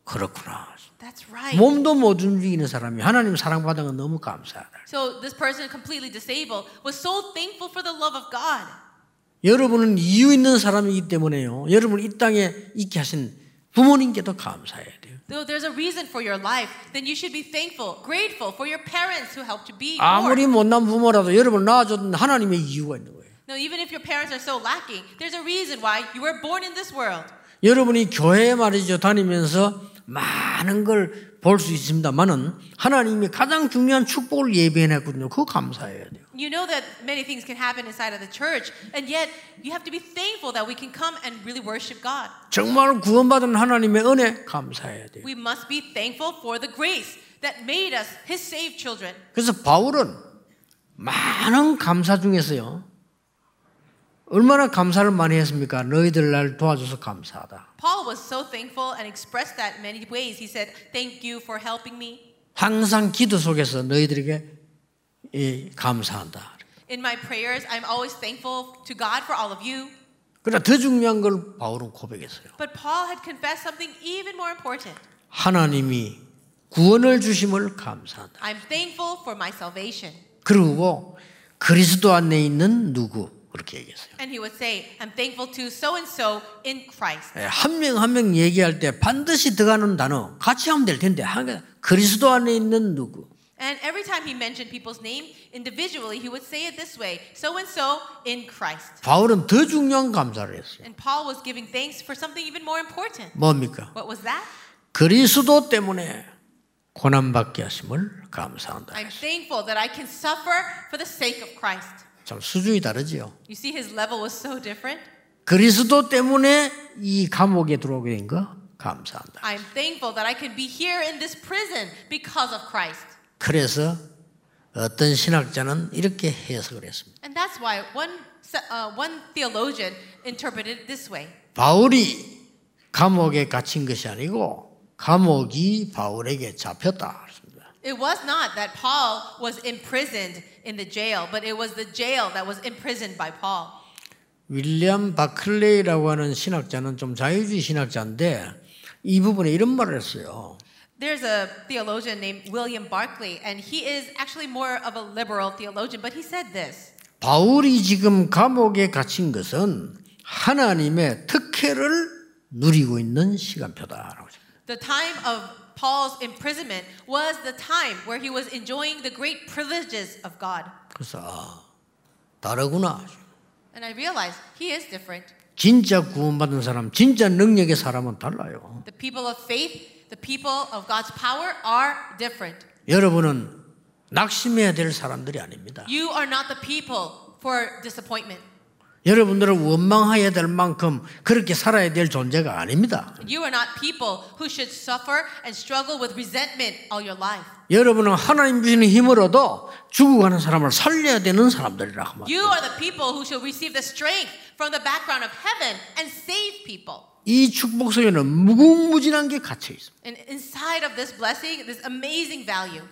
[SPEAKER 1] 그렇구나.
[SPEAKER 2] That's right.
[SPEAKER 1] 몸도 못 움직이는 사람이 하나님 사랑받은 건 너무 감사하다.
[SPEAKER 2] So this person, completely disabled, was so thankful for the love of God.
[SPEAKER 1] 여러분은 이유 있는 사람이기 때문에요. 여러분 이 땅에 있게 하신 부모님께도 감사해야 돼요.
[SPEAKER 2] Though there's a reason for your life, then you should be thankful, grateful for your parents who helped to be born.
[SPEAKER 1] 아무리 못난 부모라도 여러분 낳아줬던 하나님의 이유가 있는 거예요.
[SPEAKER 2] Now, even if your parents are so lacking, there's a reason why you were born in this world.
[SPEAKER 1] 여러분이 교회에 말이죠 다니면서 많은 걸 볼 수 있습니다만은 하나님이 가장 중요한 축복을 예비해놨거든요. 그거 감사해야 돼요.
[SPEAKER 2] You know that many things can happen inside of the church, and yet you have to be thankful that we can come and really worship God.
[SPEAKER 1] 정말 구원받은 하나님의 은혜 감사해야 돼요.
[SPEAKER 2] We must be thankful for the grace that made us His saved children.
[SPEAKER 1] 그래서 바울은 많은 감사 중에서요. 얼마나 감사를 많이 했습니까? 너희들 날 도와줘서 감사하다.
[SPEAKER 2] Paul was so thankful and expressed that in many ways. He said, Thank you for helping me.
[SPEAKER 1] 항상 기도 속에서 너희들에게 이 감사한다.
[SPEAKER 2] In my prayers, I'm always thankful to God for all of you.
[SPEAKER 1] 그러나 더 중요한 걸 바울은 고백했어요.
[SPEAKER 2] But Paul had confessed something even more important.
[SPEAKER 1] 하나님이 구원을 주심을 감사한다.
[SPEAKER 2] I'm thankful for my salvation.
[SPEAKER 1] 그리고 그리스도 안에 있는 누구 그렇게 얘기했어요.
[SPEAKER 2] And he would say, I'm thankful to so and so in Christ.
[SPEAKER 1] 예, 한 명 한 명 얘기할 때 반드시 들어가는 단어 같이 하면 될 텐데 한 개, 그리스도 안에 있는 누구
[SPEAKER 2] And every time he mentioned people's name individually, he would say it this way so and so in Christ.
[SPEAKER 1] 바울은 더 중요한 감사를 했어요.
[SPEAKER 2] And Paul was giving thanks for something even more important.
[SPEAKER 1] 뭡니까?
[SPEAKER 2] What was that?
[SPEAKER 1] 그리스도 때문에 고난받게 하심을 감사한다.
[SPEAKER 2] I'm thankful that I can suffer for the sake of Christ.
[SPEAKER 1] 참 수준이 다르지요.
[SPEAKER 2] You see, his level was so different.
[SPEAKER 1] 그리스도 때문에 이 감옥에 들어오게 된 거 감사한다.
[SPEAKER 2] I'm thankful that I can be here in this prison because of Christ.
[SPEAKER 1] 그래서 어떤 신학자는 이렇게 해석을 했습니다.
[SPEAKER 2] And that's why one, se- uh, one theologian interpreted it this way
[SPEAKER 1] 바울이 감옥에 갇힌 것이 아니고 감옥이 바울에게 잡혔다. 그랬습니다.
[SPEAKER 2] It was not that Paul was imprisoned in the jail, but it was the jail that was imprisoned by Paul.
[SPEAKER 1] 윌리엄 바클레이라고 하는 신학자는 좀 자유주의 신학자인데 이 부분에 이런 말을 했어요.
[SPEAKER 2] There's a theologian named William Barclay, and he is actually more of a liberal theologian, but he said this
[SPEAKER 1] 바울이 지금 감옥에 갇힌 것은 하나님의 특혜를 누리고 있는 시간표다라고. 했습니다.
[SPEAKER 2] The time of Paul's imprisonment was the time where he was enjoying the great privileges of God.
[SPEAKER 1] 그래서 아, 다르구나.
[SPEAKER 2] And I realized he is different.
[SPEAKER 1] 진짜 구원받은 사람, 진짜 능력의 사람은 달라요.
[SPEAKER 2] The people of faith, the people of God's power are different.
[SPEAKER 1] 여러분은 낙심해야 될 사람들이 아닙니다.
[SPEAKER 2] You are not the people for disappointment.
[SPEAKER 1] 여러분들을 원망해야 될 만큼 그렇게 살아야 될 존재가 아닙니다.
[SPEAKER 2] You are not people who should suffer and struggle with resentment all your life.
[SPEAKER 1] 여러분은 하나님 주시는 힘으로도 죽어가는 사람을 살려야 되는 사람들이라고 그 말합니다.
[SPEAKER 2] You are the people who should receive the strength from the background of heaven and save people.
[SPEAKER 1] 이 축복 속에는 무궁무진한 게 갇혀 있습니다.
[SPEAKER 2] And inside of this blessing, this amazing value.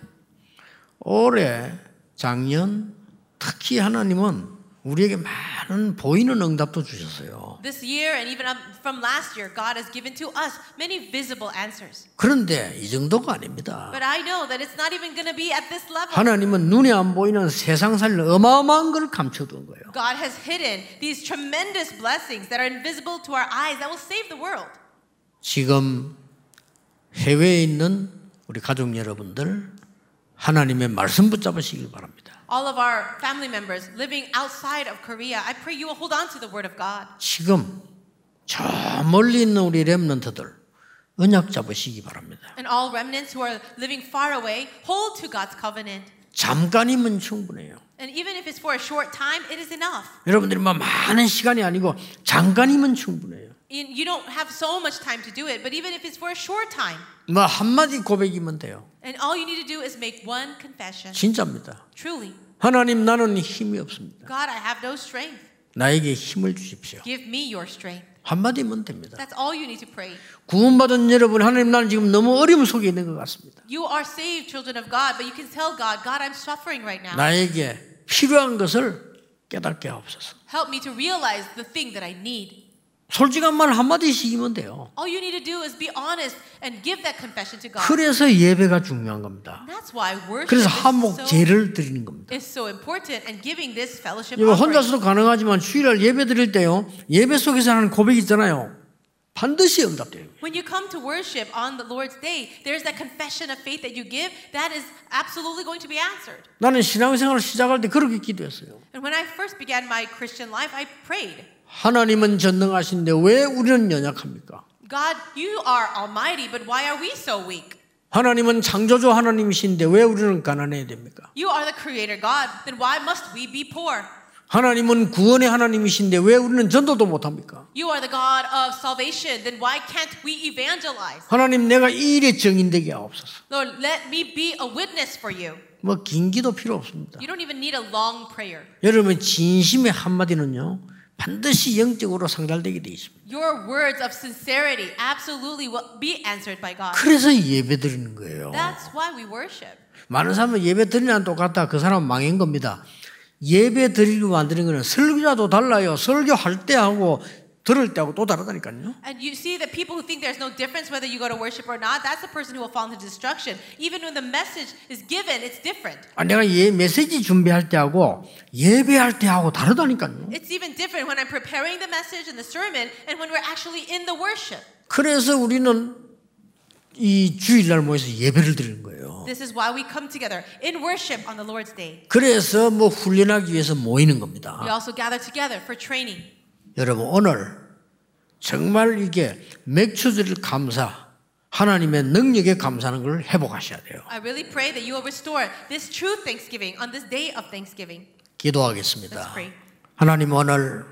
[SPEAKER 1] 올해 작년 특히 하나님은 우리에게 많은 보이는 응답도 주셨어요.
[SPEAKER 2] This year and even up from last year, God has given to us many visible answers.
[SPEAKER 1] 그런데 이 정도가 아닙니다.
[SPEAKER 2] But I know that it's not even going to be at this level.
[SPEAKER 1] 하나님은 눈에 안 보이는 세상 살는 어마어마한 걸 감춰둔 거예요.
[SPEAKER 2] God has hidden these tremendous blessings that are invisible to our eyes that will save the world.
[SPEAKER 1] 지금 해외에 있는 우리 가족 여러분들 하나님의 말씀 붙잡으시길 바랍니다.
[SPEAKER 2] All of our family members living outside of Korea, I pray you will hold on to the word of God.
[SPEAKER 1] 지금 저 멀리 있는 우리 렘넌트들 언약 잡으시기 바랍니다.
[SPEAKER 2] And all remnants who are living far away, hold to God's covenant.
[SPEAKER 1] 잠깐이면 충분해요.
[SPEAKER 2] And even if it's for a short time, it is enough.
[SPEAKER 1] 여러분들이 막 많은 시간이 아니고 잠깐이면 충분해요.
[SPEAKER 2] You you don't have so much time to do it, but even if it's for a short time,
[SPEAKER 1] 뭐 한마디 고백이면 돼요.
[SPEAKER 2] and all you need to do is make one confession.
[SPEAKER 1] 진짜입니다.
[SPEAKER 2] Truly,
[SPEAKER 1] 하나님 나는 힘이 없습니다.
[SPEAKER 2] God, I have no strength.
[SPEAKER 1] 나에게 힘을 주십시오.
[SPEAKER 2] Give me your strength.
[SPEAKER 1] 한마디면 됩니다.
[SPEAKER 2] That's all you need to pray.
[SPEAKER 1] 구원받은 여러분 하나님 나는 지금 너무 어려움 속에 있는 것 같습니다.
[SPEAKER 2] You are saved, children of God, but you can tell God, God, I'm suffering right now.
[SPEAKER 1] 나에게 필요한 것을 깨닫게 하옵소서.
[SPEAKER 2] Help me to realize the thing that I need.
[SPEAKER 1] 솔직한 말 한마디씩이면 돼요.
[SPEAKER 2] All you need to do is be honest and give that confession to God.
[SPEAKER 1] 그래서 예배가 중요한 겁니다.
[SPEAKER 2] And That's why worship
[SPEAKER 1] 그래서
[SPEAKER 2] is
[SPEAKER 1] 한목
[SPEAKER 2] so,
[SPEAKER 1] 제를 드리는 겁니다.
[SPEAKER 2] is so important and giving this fellowship
[SPEAKER 1] 이거
[SPEAKER 2] offering.
[SPEAKER 1] 혼자서도 가능하지만 주일날 예배 드릴 때요. 예배 속에서 하는 고백이 있잖아요. 반드시 응답돼요.
[SPEAKER 2] When you come to worship on the Lord's day, there's that confession of faith that you give that is absolutely going to be answered.
[SPEAKER 1] 나는 신앙생활을 시작할 때 그렇게 기도했어요.
[SPEAKER 2] And when I first began my Christian life, I prayed,
[SPEAKER 1] 하나님은 전능하신데 왜 우리는 연약합니까?
[SPEAKER 2] God, you are almighty, but why are we so weak?
[SPEAKER 1] 하나님은 창조주 하나님이신데 왜 우리는 가난해야 됩니까?
[SPEAKER 2] You are the creator God, then why must we be poor?
[SPEAKER 1] 하나님은 구원의 하나님이신데 왜 우리는 전도도 못합니까?
[SPEAKER 2] You are the God of salvation, then why can't we evangelize?
[SPEAKER 1] 하나님 내가 이 일에 정인되게 하옵소서.
[SPEAKER 2] Lord, let me be a witness for you.
[SPEAKER 1] 뭐 긴 기도 필요 없습니다.
[SPEAKER 2] You don't even need a long prayer.
[SPEAKER 1] 여러분 진심의 한마디는요. 반드시 영적으로 상달되게 돼 있습니다.
[SPEAKER 2] Your words of sincerity absolutely will be answered by God.
[SPEAKER 1] 그래서 예배 드리는 거예요.
[SPEAKER 2] That's why we worship.
[SPEAKER 1] 많은 사람은 예배 드리는 똑같다. 그 사람은 망인 겁니다. 예배 드리고 만드는 거는 설교자도 달라요. 설교할 때 하고 들을 때 하고 또 다르다니까요.
[SPEAKER 2] And you see that people who think there's no difference whether you go to worship or not, that's the person who will fall into destruction. Even when the message is given, it's different.
[SPEAKER 1] 아, 내가 예 메시지 준비할 때 하고 예배할 때 하고 다르다니까요.
[SPEAKER 2] It's even different when I'm preparing the message and the sermon and when we're actually in the worship.
[SPEAKER 1] 그래서 우리는 이 주일날 모여서 예배를 드리는 거예요.
[SPEAKER 2] This is why we come together in worship on the Lord's Day.
[SPEAKER 1] 그래서 뭐 훈련하기 위해서 모이는
[SPEAKER 2] We
[SPEAKER 1] 겁니다.
[SPEAKER 2] also gather together for training.
[SPEAKER 1] 여러분 오늘 정말 이게 맥주들 감사 하나님의 능력에 감사하는 걸 회복하셔야 돼요.
[SPEAKER 2] I really pray that you will restore this true thanksgiving on this day of thanksgiving. Let's
[SPEAKER 1] 기도하겠습니다.
[SPEAKER 2] pray.
[SPEAKER 1] 하나님 오늘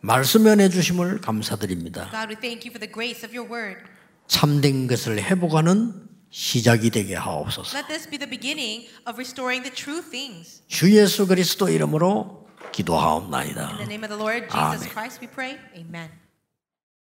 [SPEAKER 1] 말씀 연해 주심을 감사드립니다.
[SPEAKER 2] God, we thank you for the grace of your word.
[SPEAKER 1] 참된 것을 회복하는 시작이 되게 하옵소서.
[SPEAKER 2] Let this be the beginning of restoring the true things.
[SPEAKER 1] 주 예수 그리스도 이름으로
[SPEAKER 2] In
[SPEAKER 1] 기도하옵나이다.
[SPEAKER 2] the name of the Lord
[SPEAKER 1] Amen.
[SPEAKER 2] Jesus Christ, we pray. Amen.